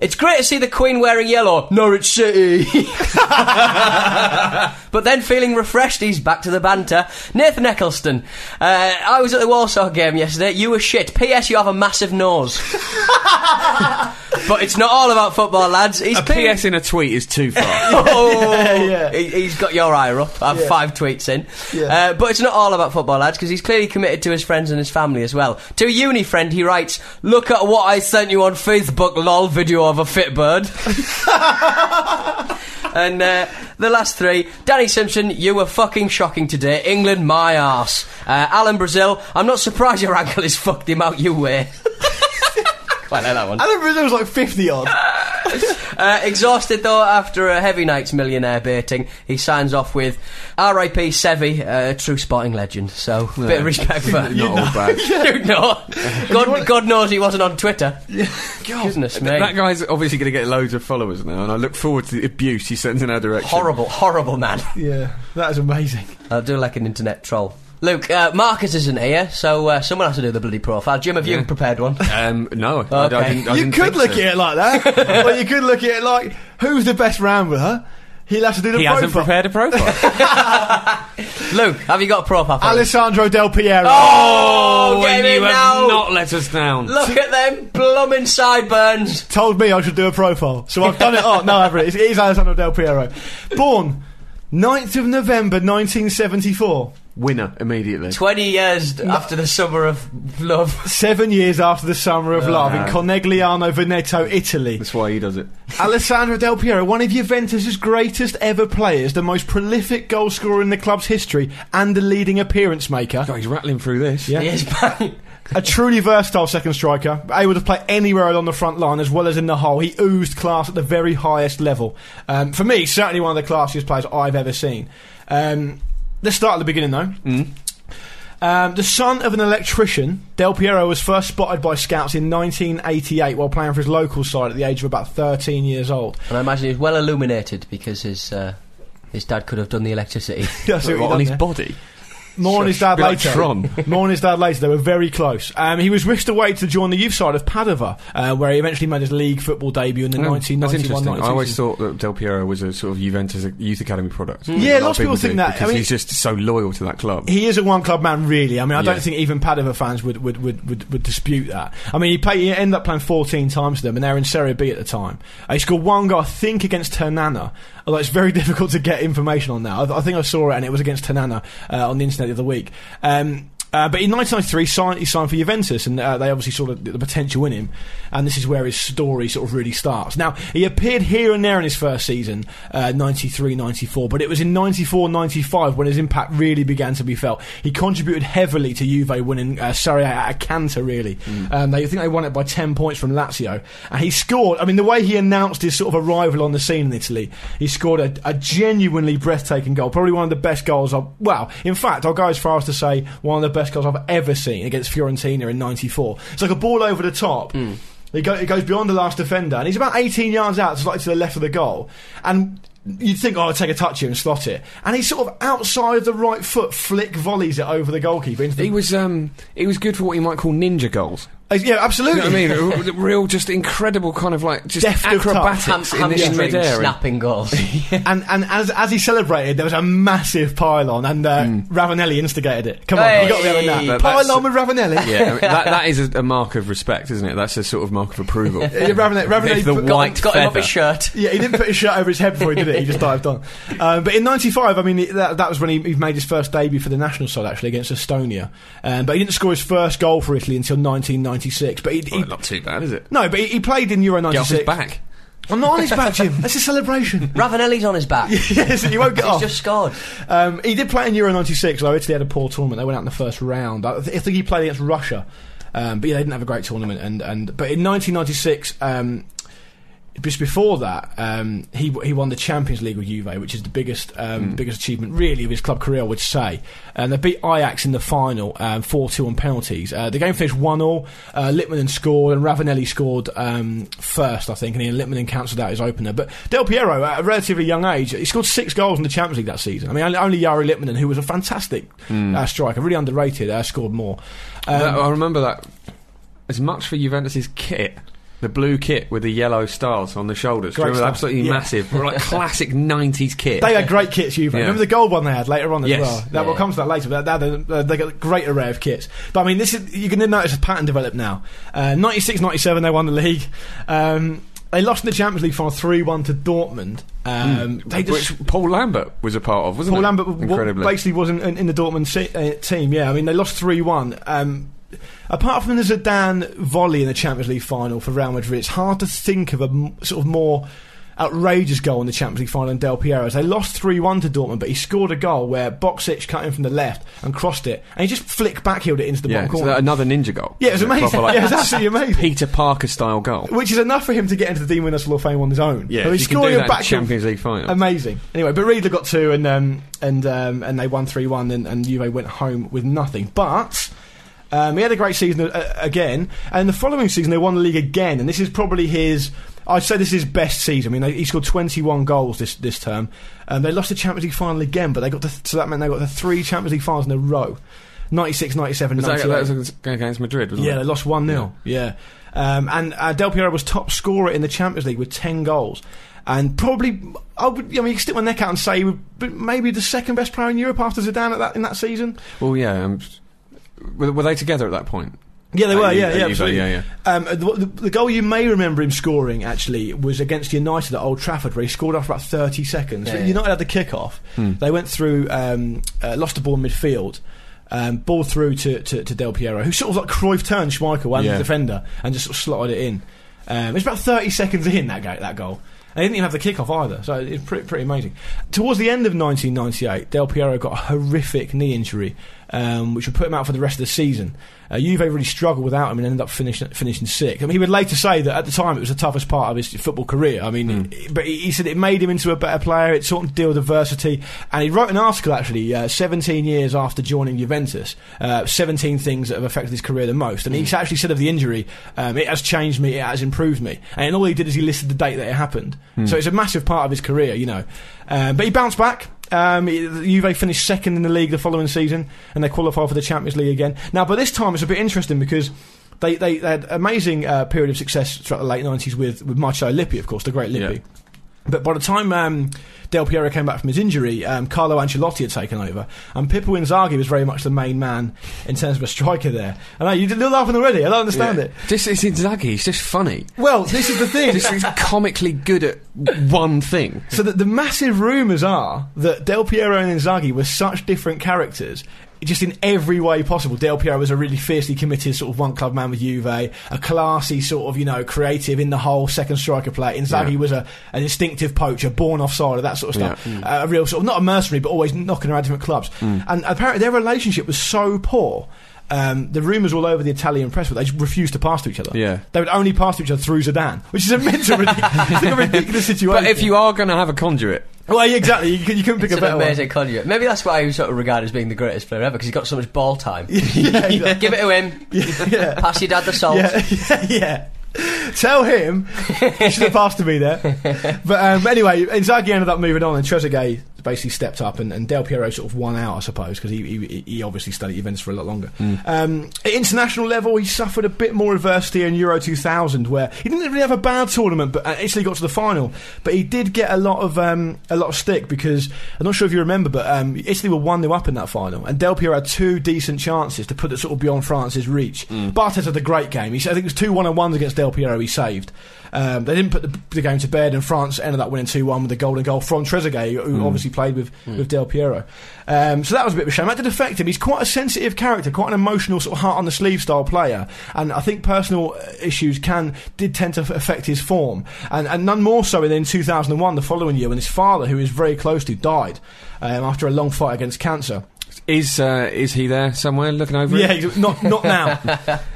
S7: It's great to see the Queen wearing yellow, Norwich City. but then feeling refreshed, he's back to the banter. Nathan Eccleston, uh, I was at the Warsaw game yesterday. You were shit. P.S. You have a massive nose. but it's not all about football, lads. He's
S8: a
S7: pinged-
S8: PS in a tweet is too far.
S7: Oh,
S9: yeah.
S7: He, has got your ire up. I have five tweets in.
S9: Yeah.
S7: Uh, but it's not all about football, lads, because he's clearly committed to his friends and his family as well. To a uni friend, he writes, Look at what I sent you on Facebook, lol, video of a fit bird. and uh, the last three Danny Simpson, you were fucking shocking today. England, my arse. Uh, Alan Brazil, I'm not surprised your ankle is fucked him out, you way. Quite like that one.
S9: Alan Brazil was like fifty odd.
S7: Uh, exhausted though after a heavy night's millionaire baiting, he signs off with R.I.P. Sevi, uh, a true spotting legend. So, bit of respect for
S8: not all bad.
S7: you know, God, God knows he wasn't on Twitter. Goodness me,
S8: That guy's obviously going to get loads of followers now, and I look forward to the abuse he sends in our direction.
S7: horrible, horrible man.
S9: Yeah, that is amazing.
S7: I'll do like an internet troll. Luke, uh, Marcus isn't here, so uh, someone has to do the bloody profile. Jim, have you prepared one?
S8: Um, no, I- I,
S7: Okay.
S8: didn't, I
S9: you
S8: didn't
S9: could
S8: think
S9: look
S8: so.
S9: at it like that, or you could look at it like who's the best rambler. He'll have to do the
S8: He
S9: profile.
S8: hasn't prepared a profile.
S7: Luke, have you got a profile? for us?
S9: Alessandro Del Piero.
S7: Oh, get
S8: and
S7: him
S8: you
S7: in now.
S8: have not let us down.
S7: Look at them blooming sideburns.
S9: told me I should do a profile. So I've done it. Oh, no, Everett, it's- it is Alessandro Del Piero. Born 9th of November 1974.
S8: Winner immediately.
S7: 20 years after the summer of love.
S9: Seven years after the Summer of Love in
S8: Oh, no.
S9: Conegliano Veneto, Italy.
S8: That's why he does it.
S9: Alessandro Del Piero, one of Juventus's greatest ever players, the most prolific goal scorer in the club's history, and the leading appearance maker.
S8: God, he's rattling through this.
S9: Yeah.
S7: Yes, bang.
S9: A truly versatile second striker, able to play anywhere along the front line as well as in the hole. He oozed class at the very highest level. Um, for me, certainly
S7: Mm.
S9: one of the classiest players I've ever seen. Um, let's start at the beginning, though. Um, the son of an electrician, Del Piero was first spotted by scouts in 1988 while playing for his local side at the age of about 13 years old.
S7: And I imagine he's well illuminated because his uh, his dad could have done the electricity
S9: That's what he
S7: on
S9: done
S7: his
S9: there.
S7: body.
S9: More on his
S8: Sure,
S9: dad
S8: be like
S9: later.
S8: Tron.
S9: More on his dad later. They were very close. Um, he was whisked away to join the youth side of Padova, uh, where he eventually made his league football debut in the
S8: No, Oh, that's
S9: 1991
S8: interesting. I always
S9: season.
S8: thought that Del Piero was a sort of Juventus youth academy product.
S9: Yeah,
S8: A lot
S9: lots of people think
S8: do,
S9: that. I
S8: because
S9: mean-
S8: he's just so loyal to that club.
S9: He is a one club man, really. I mean, I
S8: Yeah.
S9: don't think even Padova fans would, would, would, would, would dispute that. I mean, he, played, he ended up playing 14 times for them, and they're in Serie B at the time. Uh, he scored one goal, I think, against Ternana, although it's very difficult to get information on that. I, I think I saw it, and it was against Ternana uh, on the internet the other week. Um, uh, but in 1993, signed, he signed for Juventus, and uh, they obviously saw the, the potential in him. And this is where his story sort of really starts. Now, he appeared here and there in his first season, uh, 93 94, but it was in 94 95 when his impact really began to be felt. He contributed heavily to Juve winning uh, Serie A at a canter, really. Um, they I think they won it by 10 points from Lazio. And he scored, I mean, the way he announced his sort of arrival on the scene in Italy, he scored a, a genuinely breathtaking goal. Probably one of the best goals I've, well, in fact, I'll go as far as to say one of the best goals I've ever seen against Fiorentina in 94. It's like a ball over the top.
S8: Hmm.
S9: It, go, it goes beyond the last defender, and he's about 18 yards out, slightly to the left of the goal. And you'd think, oh, I'll take a touch here and slot it. And he sort of outside of the right foot, flick volleys it over the goalkeeper. Into the,
S8: He was um, he was good for what you might call ninja goals.
S9: Uh, yeah,
S8: You
S9: absolutely.
S8: know what I mean? R- Real, just incredible kind of like just
S9: Deft of touch.
S7: Ham-
S8: acrobatics in, in
S7: hamstring
S8: midair. and-
S7: snapping goals.
S9: and and as as he celebrated, there was a massive pylon, and uh, Ravanelli instigated it. Come on, you got to be having
S7: Hey!
S9: that
S8: But that's-
S9: pylon with Ravanelli.
S8: Yeah, I mean, that, that is a, a mark of respect, isn't it? That's a sort of mark of approval.
S9: Yeah, Ravanelli, Ravanelli
S8: It's the
S9: put-
S7: got
S8: white
S7: got him up
S8: feather.
S7: his shirt.
S9: Yeah, he didn't put his shirt over his head before he did it. He just dived on. Um, but in '95, I mean, that, that was when he, he made his first debut for the national side, actually against Estonia. Um, but he didn't score his first goal for Italy until 1996. But he, he-
S8: Well, not too bad, is it?
S9: no, but he, he played in Euro
S8: Get off his
S9: '96.
S8: back.
S9: I'm not on his back, Jim. That's a celebration.
S7: Ravanelli's on his back. He's
S9: yes, you won't get off.
S7: just scored.
S9: Um, he did play in Euro '96, though Italy had a poor tournament. They went out in the first round. I, th- I think he played against Russia, um, but yeah, they didn't have a great tournament. And, and but in 1996, um, just before that, um, he w- he won the Champions League with Juve, which is the biggest um, biggest achievement really of his club career, I would say. And they beat Ajax in the final, um, four two on penalties. Uh, the game finished one 0 Uh, Littman scored, and Ravanelli scored um, first, I think, and then Littman cancelled out his opener. But Del Piero, at a relatively young age, he scored six goals in the Champions League that season. I mean, only- only Yari Littman, who was a fantastic uh, striker, really underrated, uh, scored more. Um,
S8: That- I remember that as much for Juventus's kit. The blue kit with the yellow stars on the shoulders. Do you
S9: Great
S8: Remember, that?
S9: stuff.
S8: absolutely
S9: Yeah.
S8: massive, like classic '90s kit.
S9: They had great kits, Juve.
S8: Yeah.
S9: Remember the gold one they had later on as
S8: Yes.
S9: well. That will come to that later. But that, that, they- they got a great array of kits. But I mean, this is you can notice a pattern developed now. Uh, 96, 97, they won the league. Um, they lost in the Champions League final three one to Dortmund. Um, They just.
S8: Hmm. which Paul Lambert was a part of, wasn't
S9: Paul
S8: it?
S9: Lambert w-
S8: incredibly.
S9: basically wasn't in, in the Dortmund se- uh, team. Yeah, I mean they lost three one. Um, apart from the Zidane volley in the Champions League final for Real Madrid, it's hard to think of a m- sort of more outrageous goal in the Champions League final than Del Piero's. They lost three one to Dortmund, but he scored a goal where Boxic cut in from the left and crossed it, and he just flicked back heeled it into the
S8: yeah,
S9: bottom
S8: so
S9: corner.
S8: that- another ninja goal.
S9: yeah, it was
S8: Proper,
S9: amazing.
S8: like,
S9: yeah, it was absolutely amazing.
S8: Peter Parker style goal.
S9: Which is enough for him to get into the Dean Winners Hall of Fame on his own.
S8: Yeah,
S9: so
S8: if
S9: he's
S8: you can
S9: scoring
S8: do
S9: a
S8: that in
S9: back
S8: Champions League final.
S9: Amazing. Anyway, but Riedler got two and um, and um, and they won three one and, and Juve went home with nothing. But um, he had a great season uh, again, and the following season they won the league again. And this is probably his. I'd say this is his best season. I mean, they, he scored 21 goals this this term. Um, they lost the Champions League final again, but they got to, so that meant they got the three Champions League finals in a row, 96, 97,
S8: Was that,
S9: 98.
S8: that was against- against Madrid, wasn't
S9: Yeah,
S8: it?
S9: they lost 1 0. Yeah. Um, and uh, Del Piero was top scorer in the Champions League with 10 goals. And probably, I would. I mean, you can stick my neck out and say, he would- but maybe the second best player in Europe after Zidane at that, in that season.
S8: Well, yeah. Um, were, were they together at that point?
S9: Yeah, they
S8: At
S9: were.
S8: U-
S9: Yeah,
S8: at
S9: yeah,
S8: Juve,
S9: absolutely.
S8: yeah, yeah.
S9: Um, the, the, the goal you may remember him scoring actually was against United at Old Trafford, where he scored after about thirty seconds.
S7: Yeah, yeah.
S9: United had the kick off.
S8: Hmm.
S9: They went through, um, uh, lost the ball in midfield. Um, ball through to, to, to Del Piero, who sort of like Cruyff turned Schmeichel and
S8: Yeah.
S9: the defender and just sort of slotted it in. Um, it was about 30 seconds in that, go- that goal. They didn't even have the kickoff either, so it's pretty, pretty amazing. Towards the end of 1998, Del Piero got a horrific knee injury, um, which would put him out for the rest of the season. Uh, Juve really struggled without him and ended up finishing finishing sixth. I mean, he would later say that at the time it was the toughest part of his football career. I mean, it- but he, he said it made him into a better player. It sort of dealt with adversity, and he wrote an article actually uh, 17 years after joining Juventus, uh, 17 things that have affected his career the most. And he actually said of the injury, um, it has changed me, it has improved me. And all he did is he listed the date that it happened. So it's a massive part of his career, you know. Um, but he bounced back. Um, Juve finished second in the league the following season, and they qualified for the Champions League again. Now, by this time, it's a bit interesting because they, they, they had amazing uh, period of success throughout the late nineties with with Marcello Lippi, of course, the great Lippi. But by the time um, Del Piero came back from his injury, um, Carlo Ancelotti had taken over, and Pippo Inzaghi was very much the main man in terms of a striker there. uh, I know you're laughing already. I don't understand it.
S8: This is Inzaghi. He's just funny.
S9: Well, this is the thing.
S8: Just, he's comically good at one thing.
S9: So that the massive rumours are that Del Piero and Inzaghi were such different characters, just in every way possible. Del Piero was a really fiercely committed sort of one club man with Juve, a classy sort of you know creative in the whole second striker play. Inzaghi
S8: Yeah.
S9: was a an instinctive poacher, born offside, that sort of stuff.
S8: Yeah. Mm.
S9: Uh, a real sort of not a mercenary, but always knocking around different clubs. And apparently their relationship was so poor. Um, the rumours all over the Italian press were they just refused to pass to each other.
S8: Yeah.
S9: They would only pass to each other through Zidane, which is a mental ridiculous, it's a ridiculous situation.
S8: But if you are going to have a conduit,
S9: Well, yeah, exactly. You, c- you couldn't pick
S7: It's
S9: a
S7: an
S9: better
S7: amazing conduit. Maybe that's why I sort of regard as being the greatest player ever because he's got so much ball time.
S9: one. yeah, exactly.
S7: Give it to him.
S9: yeah.
S7: Pass your dad the salt.
S9: yeah, yeah, yeah. Tell him he should have passed to me there. But um, anyway, Inzaghi ended up moving on, and Trezeguet basically stepped up, and, and Del Piero sort of won out, I suppose, because he, he he obviously studied events for a lot longer. Um, at international level, he suffered a bit more adversity in Euro 2000, where he didn't really have a bad tournament, but uh, Italy got to the final. But he did get a lot of um, a lot of stick because I'm not sure if you remember, but um, Italy were one 0 up in that final, and Del Piero had two decent chances to put it sort of beyond France's reach. Bartes had a great game. He, I think it was two one and ones against Del Piero. He saved. Um, they didn't put the, the game to bed, and France ended up winning two one with a golden goal from Trezeguet, who obviously played with, with Del Piero. Um, so that was a bit of a shame. That did affect him. He's quite a sensitive character, quite an emotional sort of heart on the sleeve style player, and I think personal uh, issues can did tend to affect his form, and, and none more so than in 2001, the following year, when his father, who is very close to, died um, after a long fight against cancer.
S8: is uh, is he there somewhere looking over?
S9: Yeah,
S8: it?
S9: ex- not not now,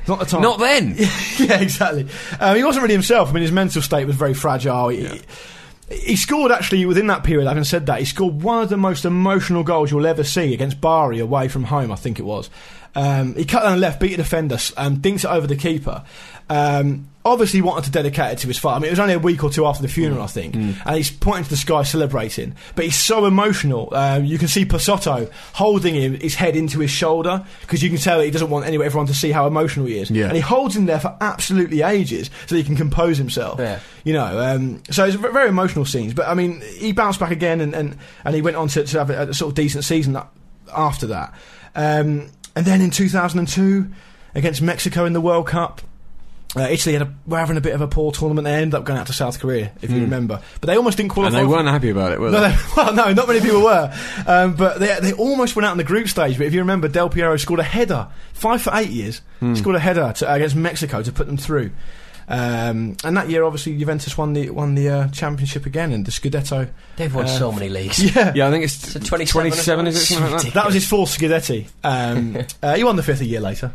S9: not the time,
S8: not then.
S9: yeah, exactly. Um, he wasn't really himself. I mean, his mental state was very fragile. He, he scored actually within that period. Having said that, he scored one of the most emotional goals you'll ever see against Bari away from home. I think it was. Um, he cut down the left, beat a defender, s- um, dinked it over the keeper. Um, obviously, he wanted to dedicate it to his father. I mean, it was only a week or two after the funeral, I think, and he's pointing to the sky, celebrating. But he's so emotional. Um, you can see Pasotto holding him, his head into his shoulder because you can tell that he doesn't want anyone, everyone to see how emotional he is.
S8: Yeah.
S9: And he holds him there for absolutely ages so he can compose himself.
S7: Yeah.
S9: You know, um, so it's very emotional scenes. But I mean, he bounced back again and, and, and he went on to, to have a, a sort of decent season a- after that. Um, and then in 2002, against Mexico in the World Cup, uh, Italy had a, were having a bit of a poor tournament. They ended up going out to South Korea, if you remember. But they almost didn't
S8: Hmm. And
S9: qualify.
S8: they
S9: for-
S8: weren't happy about it, were
S9: no,
S8: they?
S9: they, well, no, not many people were. Um, but they, they almost went out in the group stage. But if you remember, Del Piero scored a header, five for eight years,
S8: Hmm.
S9: scored a header to, against Mexico to put them through. Um, and that year, obviously, Juventus won the won the uh, championship again and the Scudetto.
S7: They've won
S9: Uh,
S7: so many leagues.
S9: Yeah,
S8: Yeah, I think it's
S7: So 27 or
S8: 27, is it
S7: something?
S8: something like that?
S9: that was his fourth Scudetti. Um, uh, he won the fifth a year later.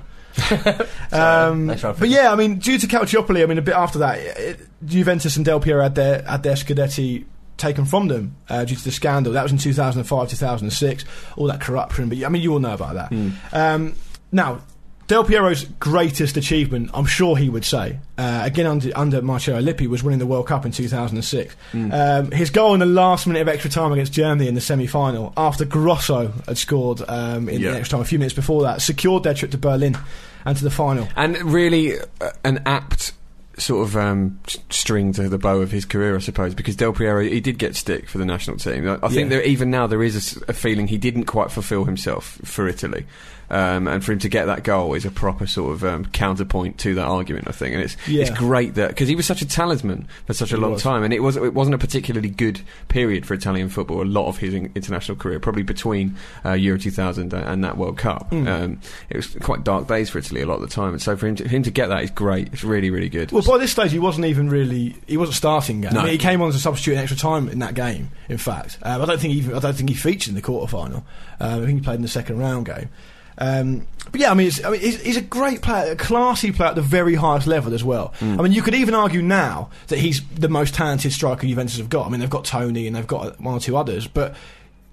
S9: um,
S7: Thanks, Ralph.
S9: but yeah, I mean, due to Calciopoli, I mean, a bit after that, it, Juventus and Del Piero had their had their Scudetti taken from them uh, due to the scandal. That was in 2005, 2006, all that corruption. But I mean, you all know about that. Um, now, Del Piero's greatest achievement, I'm sure he would say, uh, again under, under Marcello Lippi, was winning the World Cup in 2006. Um, his goal in the last minute of extra time against Germany in the semi final, after Grosso had scored um, in
S8: Yeah.
S9: the extra time a few minutes before that, secured their trip to Berlin and to the final.
S8: And really, uh, an apt sort of um, s- string to the bow of his career, I suppose, because Del Piero he did get stick for the national team. I, I think
S9: Yeah.
S8: there, even now there is a s- a, feeling he didn't quite fulfil himself for Italy, um, and for him to get that goal is a proper sort of um, counterpoint to that argument, I think. And it's
S9: Yeah.
S8: it's great that because he was such a talisman for such a
S9: He
S8: long
S9: was.
S8: time, and it was it wasn't a particularly good period for Italian football. A lot of his in- international career, probably between uh, Euro 2000 and- and that World Cup.
S9: Hmm.
S8: Um, it was quite dark days for Italy a lot of the time, and so for him to, him to get that is great. It's really, really good.
S9: Well, by this stage, he wasn't even really. He wasn't starting. Game.
S8: No.
S9: I mean, he came on as a substitute in extra time in that game. In fact, um, I don't think he even, I don't think he featured in the quarter final. Um, I think he played in the second round game. Um, but yeah, I mean, it's, I mean he's, he's a great player, a classy player at the very highest level as well.
S8: Hmm.
S9: I mean, you could even argue now that he's the most talented striker Juventus have got. I mean, they've got Tony and they've got one or two others, but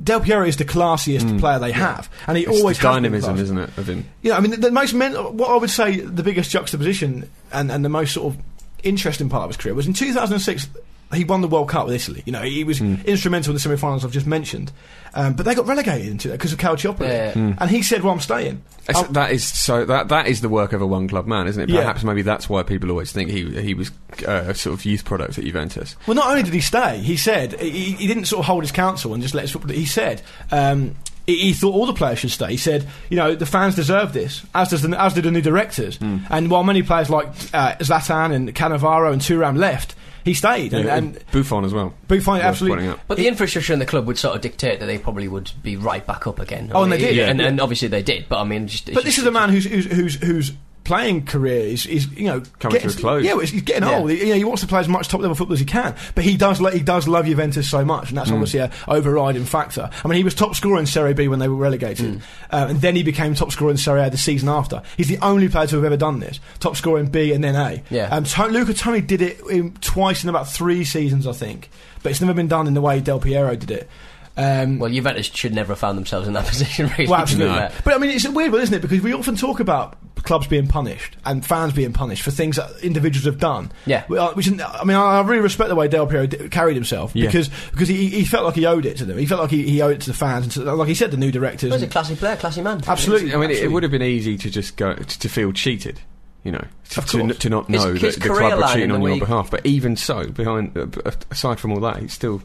S9: Del Piero is the classiest player they have, and he
S8: Hmm. It's
S9: always
S8: the
S9: has been
S8: dynamism,
S9: classy.
S8: isn't it, of him?
S9: Yeah, I mean, the, the most men- what I would say the biggest juxtaposition and, and the most sort of interesting part of his career was in 2006. He won the World Cup with Italy. You know, he was instrumental in the semi-finals I've just mentioned, um, but they got relegated into that because of Calciopoli.
S7: Yeah.
S9: And he said, "Well, I'm staying." Um,
S8: It's-
S9: I'm-
S8: that is so. That that is the work of a one club man, isn't it?
S9: Yeah.
S8: Perhaps maybe that's why people always think he he was uh, a sort of youth product at Juventus.
S9: Well, not only did he stay, he said he, he didn't sort of hold his counsel and just let his football. He said um, he, he thought all the players should stay. He said, you know, the fans deserve this, as does the, as do the new directors.
S8: Hmm.
S9: And while many players like uh, Zlatan and Cannavaro and Turam left, he stayed. And,
S8: Yeah,
S9: and
S8: Buffon as well.
S9: Buffon
S8: Worth
S9: absolutely.
S8: pointing out.
S7: But the infrastructure in the club would sort of dictate that they probably would be right back up again.
S9: Oh, and they did.
S7: and,
S9: Yeah.
S7: and obviously they did. But I mean, just, it's
S9: But
S7: just-
S9: this is a man who's who's who's. who's Playing career is, is you know
S8: Coming to
S9: getting-
S8: a close.
S9: Yeah, well, he's getting
S7: Yeah.
S9: old. He, you know, he wants to play as much top level football as he can, but he does lo- he does love Juventus so much, and that's obviously a overriding factor. I mean, he was top scorer in Serie B when they were relegated, uh, and then he became top scorer in Serie A the season after. He's the only player to have ever done this: top scorer in B and then A.
S7: Yeah.
S9: Um, to- Luca Toni did it in, twice in about three seasons, I think, but it's never been done in the way Del Piero did it. Um,
S7: well, Juventus should never have found themselves in that position. Really,
S9: well,
S7: to be
S9: absolutely.
S7: fair.
S9: But I mean, it's a weird one, isn't it? Because we often talk about clubs being punished and fans being punished for things that individuals have done.
S7: Yeah.
S9: Well, Which, is- I mean, I really respect the way Del Piero d- carried himself
S8: Yeah.
S9: because because he, he felt like he owed it to them. He felt like he, he owed it to the fans and to, like he said, the new directors.
S7: Well, he's a
S9: and-
S7: classy player, classy man.
S9: absolutely.
S8: I mean, it, it
S9: absolutely.
S8: would have been easy to just go to, to feel cheated, you know, to,
S9: Of
S8: to,
S9: course.
S8: n- to not
S7: His-
S8: know
S7: his
S8: that the
S7: career
S8: club were
S7: line in
S8: cheating
S7: the
S8: on your
S7: league-
S8: behind. But even so, behind uh, b- aside from all that, he's still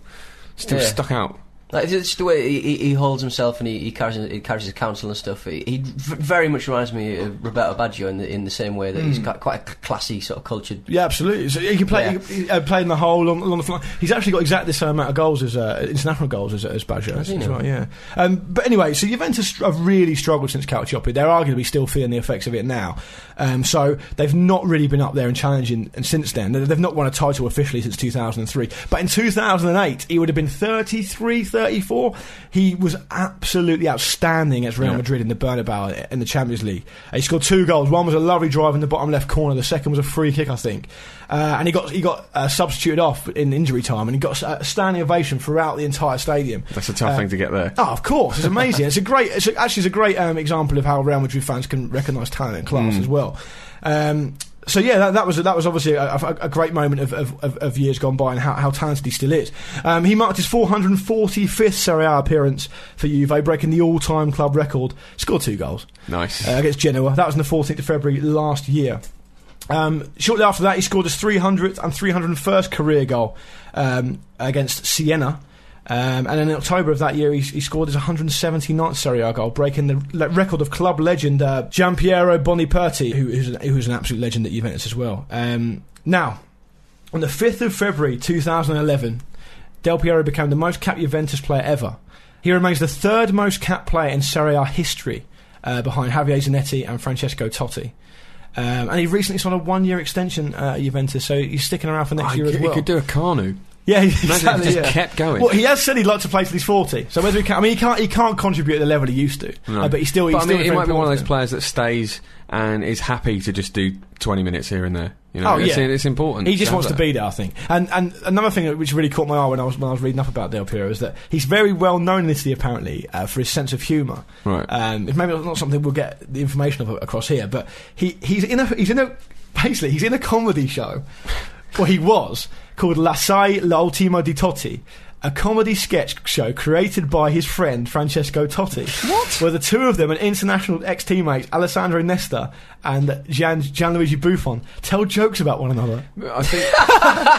S8: still
S7: Yeah.
S8: stuck out.
S7: Like, it's just the way he, he- he holds himself and he, he carries he carries his counsel and stuff. He, he v- very much reminds me of Roberto Baggio in the in the same way that he's
S9: Hmm.
S7: got quite a c- classy sort of cultured.
S9: Yeah, absolutely. So he can play.
S7: Yeah.
S9: He, can- he, uh, played in the hole along, along the fly. He's actually got exactly the same amount of goals as uh, international goals as, as Baggio.
S7: Has he
S9: as
S7: now?
S9: well, yeah. Um, but anyway, so Juventus str- have really struggled since Calciopoli. They're arguably still feeling the effects of it now. Um, so they've not really been up there and challenging. And since then, They- they've not won a title officially since 2003. But in 2008, he would have been 33, 34. He was absolutely outstanding as Real
S8: Yeah.
S9: Madrid in the Bernabeu in the Champions League. Uh, He scored two goals. One was a lovely drive in the bottom left corner. The second was a free kick, I think. Uh, and he got he got uh, substituted off in injury time, and he got a standing ovation throughout the entire stadium.
S8: That's a tough
S9: Uh,
S8: thing to get there.
S9: Oh, of course, it's amazing. it's a great, it's a, actually it's a great um, example of how Real Madrid fans can recognise talent and class as well. Um, so yeah, that, that was that was obviously a, a, a great moment of, of, of, of years gone by and how, how talented he still is. Um, he marked his 445th Serie A appearance for Juve, breaking the all-time club record. Scored two goals
S8: Nice.
S9: uh, against Genoa. That was on the 14th of February last year. Um, shortly after that, he scored his 300th and 301st career goal um, against Siena. Um, and in October of that year, he, he scored his 179th Serie A goal, breaking the le- record of club legend uh, Giampiero Boniperti, who, who's, an, who's an absolute legend at Juventus as well. Um, now, on the 5th of February 2011, Del Piero became the most capped Juventus player ever. He remains the third most capped player in Serie A history, uh, behind Javier Zanetti and Francesco Totti. Um, and he recently signed a one-year extension uh, at Juventus, so he's sticking around for next
S8: I
S9: year
S8: could-
S9: as well.
S8: He could do a Carnu.
S9: yeah,
S8: Imagine if
S9: exactly.
S8: he just
S9: yeah.
S8: kept going.
S9: Well, he has said he'd like to play till he's forty. So whether he can, I mean, he can't, he can't contribute at the level he used to.
S8: No.
S9: Uh, but he still, he's
S8: But I
S9: still
S8: mean, he
S9: very
S8: might be one of those
S9: important.
S8: players that stays and is happy to just do 20 minutes here and there. You know,
S9: Oh,
S8: it's,
S9: yeah.
S8: it's important.
S9: He just wants to
S8: have that.
S9: be there, I think. And and another thing which really caught my eye when I was when I was reading up about Del Piero is that he's very well known in Italy apparently uh, for his sense of humour.
S8: Right.
S9: Um, it's maybe not something we'll get the information of across here, but he, he's in a he's in a basically he's in a comedy show, or he was called La Sai La Ultima di Totti. A comedy sketch show created by his friend Francesco Totti. What? Where the two of them, an international ex teammate, Alessandro Nesta and Gian, Gianluigi Buffon, tell jokes about one another.
S8: I think,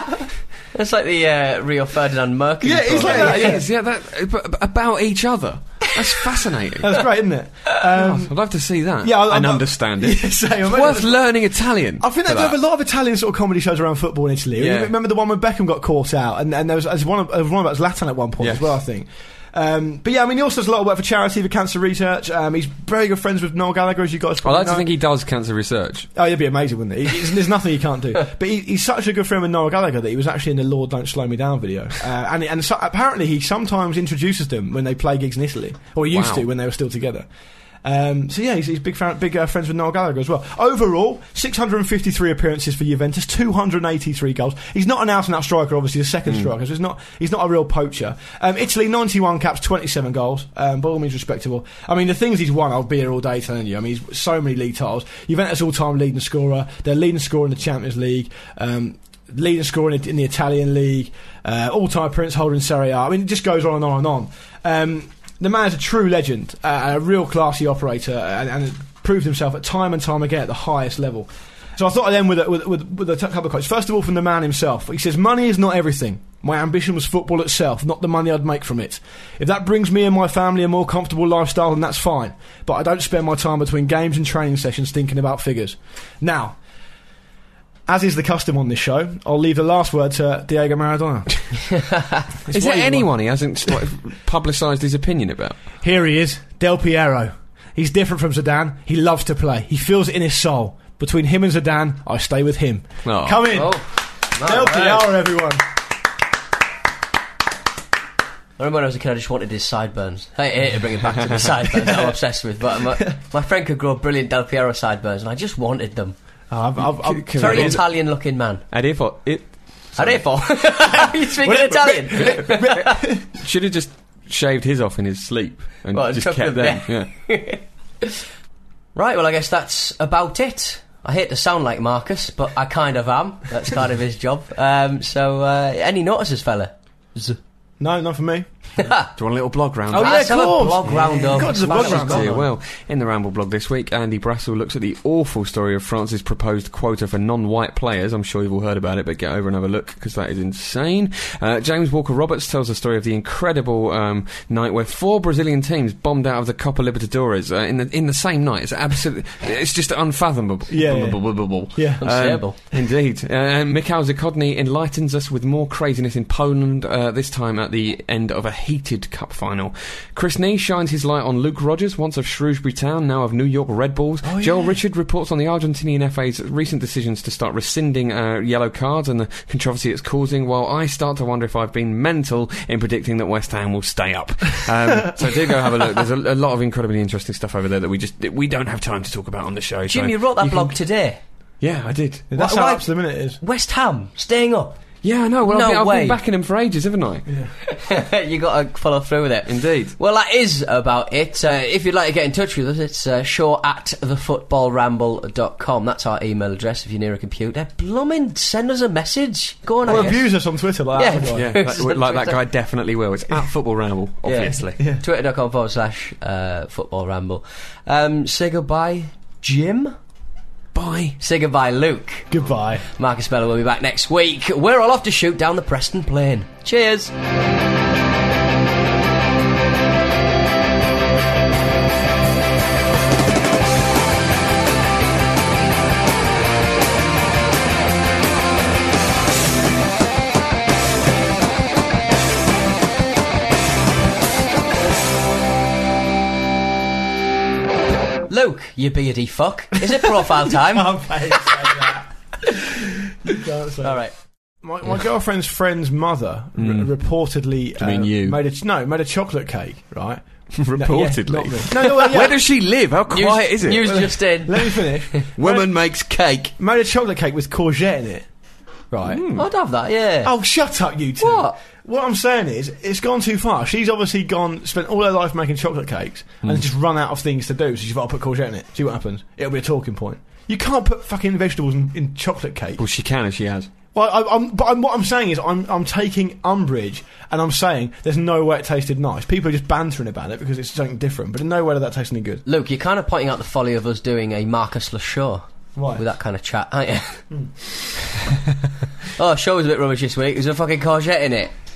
S7: It's like the uh, Rio Ferdinand Mercury.
S9: Yeah, he's
S7: sort
S9: like
S7: of-
S9: that,
S8: yeah,
S9: yeah.
S8: yeah, that, but but about each other. That's fascinating.
S9: That's great, isn't it? Um,
S8: I'd love to see that.
S9: yeah, I-
S8: and
S9: I'm-
S8: Oh, understand it.
S9: Yeah, same.
S8: it's
S9: I'm-
S8: worth learning Italian.
S9: I think
S8: for
S9: they have a
S8: that.
S9: lot of Italian sort of comedy shows around football in Italy.
S8: Yeah.
S9: You remember the one when Beckham got caught out, and, and there was, there was one, of- there was one about uh, Zlatan at one point
S8: Yes.
S9: as well, I think. Um, but yeah, I mean, he also does a lot of work for charity for cancer research. Um, he's very good friends with Noel Gallagher, as you guys.
S8: I
S9: probably
S8: like to
S9: know.
S8: think he does cancer research.
S9: Oh, it'd be amazing, wouldn't it? He- he's- there's nothing he can't do. But he, he's such a good friend with Noel Gallagher that he was actually in the Lord Don't Slow Me Down video. Uh, and and so, apparently he sometimes introduces them when they play gigs in Italy, or he used
S8: Wow.
S9: to when they were still together. Um, so yeah, he's, he's big, fan, big uh, friends with Noel Gallagher as well. Overall, 653 appearances for Juventus, 283 goals. He's not an out-and-out striker, obviously, a second striker, so he's not, he's not a real poacher. Um, Italy, 91 caps, 27 goals. Um, by all means, respectable. I mean, the things he's won, I'll be here all day telling you. I mean, he's so many league titles. Juventus all-time leading scorer. They're leading scorer in the Champions League. Um, leading scorer in the, in the Italian league. Uh, all-time appearance holder in Serie A. I mean, it just goes on and on and on. Um, the man is a true legend, uh, a real classy operator, and, and proved himself at time and time again at the highest level. So I thought I'd end with a, with, with, with a t- couple of quotes. First of all, from the man himself. He says, Money is not everything. My ambition was football itself, not the money I'd make from it. If that brings me and my family a more comfortable lifestyle, then that's fine. But I don't spend my time between games and training sessions thinking about figures. Now, as is the custom on this show, I'll leave the last word to Diego Maradona. what
S8: Is there
S9: you want.
S8: anyone he hasn't like, publicised his opinion about?
S9: Here he is, Del Piero. He's different from Zidane. He loves to play. He feels it in his soul. Between him and Zidane, I stay with him.
S8: Oh.
S9: Come in, Del Piero, everyone.
S7: I remember when I was a kid, I just wanted his sideburns. I hate to bring it back to the sideburns that I'm obsessed with, but my, my friend could grow brilliant Del Piero sideburns, and I just wanted them.
S9: Oh, I've, I've, I've,
S8: Can
S7: Very
S8: I-
S7: Italian looking man.
S8: And if I, it
S7: Arefo. Are you speaking Italian?
S8: should have just shaved his off in his sleep and
S7: Well,
S8: just
S7: chuck
S8: kept
S7: them
S8: them.
S7: there.
S8: Yeah.
S7: Right, well, I guess that's about it. I hate to sound like Marcus, but I kind of am. That's kind of his job. Um, so, uh, any notices, fella?
S9: No, not for me.
S8: Do you want a little blog round?
S9: Oh, yeah,
S7: Let's
S9: of
S7: have a
S9: course.
S7: blog roundup.
S9: God, there's a blog
S7: Smash it.
S9: roundup.
S8: Yeah, well, in the Ramble blog this week, Andy Brassel looks at the awful story of France's proposed quota for non-white players. I'm sure you've all heard about it, but get over and have a look because that is insane. Uh, James Walker Roberts tells the story of the incredible um, night where four Brazilian teams bombed out of the Copa Libertadores uh, in the in the same night. It's absolutely, it's just unfathomable.
S9: Yeah, yeah. Yeah.
S8: Um,
S7: Unstable.
S8: indeed. Uh, and Mikhail Zakodny enlightens us with more craziness in Poland, uh, this time at the end of a heated cup final. Chris Nee shines his light on Luke Rogers, once of Shrewsbury Town, now of New York Red Bulls. Joel Richard reports on the Argentinian FA's recent decisions to start rescinding uh, yellow cards and the controversy it's causing, while I start to wonder if I've been mental in predicting that West Ham will stay up. Um, so do go have a look. There's a, a lot of incredibly interesting stuff over there that we just that we don't have time to talk about on the show. so
S7: Jim, you wrote that
S8: can-
S7: blog today.
S8: yeah, I did.
S9: That's
S7: Why-
S9: how
S7: why-
S9: up to the minute it is.
S7: West Ham, staying up.
S8: Yeah, I know. Well,
S7: No
S8: I've, been, I've
S7: way.
S8: been backing him for ages, haven't I?
S7: you got to follow through with it.
S8: Indeed.
S7: Well, that is about it. Uh, if you'd like to get in touch with us, it's uh, show at thefootballramble.com. That's our email address if you're near a computer. Blooming, send us a message. Go on,
S9: Or
S7: I guess.
S9: abuse us on Twitter like
S7: Yeah.
S9: that. wouldn't I?
S8: Yeah, like, like that guy definitely will. It's at Football Ramble,
S7: Yeah.
S8: obviously.
S7: Twitter.com forward slash uh, football ramble. Um, say goodbye, Jim.
S8: Bye.
S7: Say goodbye, Luke.
S9: Goodbye.
S7: Marcus Bella will be back next week. We're all off to shoot down the Preston Plain. Cheers. Luke, you beardy fuck. Is it profile time?
S9: Can't say that. You can't say
S7: All right.
S9: My, my girlfriend's friend's mother r- reportedly
S8: Mm. you mean
S9: uh,
S8: you?
S9: made a ch- no made a chocolate cake right
S8: Reportedly.
S9: no, yeah, not me. no, no, well, yeah.
S8: Where does she live? How quiet is it?
S7: News just in.
S9: let me finish
S8: Woman makes cake.
S9: made a chocolate cake with courgette in it right
S7: I'd have that, yeah.
S9: Oh, shut up, you two.
S7: What?
S9: What I'm saying is, it's gone too far. She's obviously gone, spent all her life making chocolate cakes,
S7: Hmm.
S9: and just run out of things to do. So she's got to put courgette in it. See what happens. It'll be a talking point. You can't put fucking vegetables in, in chocolate cake.
S8: Well, she can if she has.
S9: Well, I, I'm, but I'm, what I'm saying is, I'm, I'm taking umbrage, and I'm saying there's no way it tasted nice. People are just bantering about it because it's something different, but in no way did that taste any good.
S7: Luke, you're kind of pointing out the folly of us doing a Marcus Lashaw
S9: Right.
S7: with that kind of chat, aren't you? oh, show was a bit rubbish this week. There's a fucking courgette in it.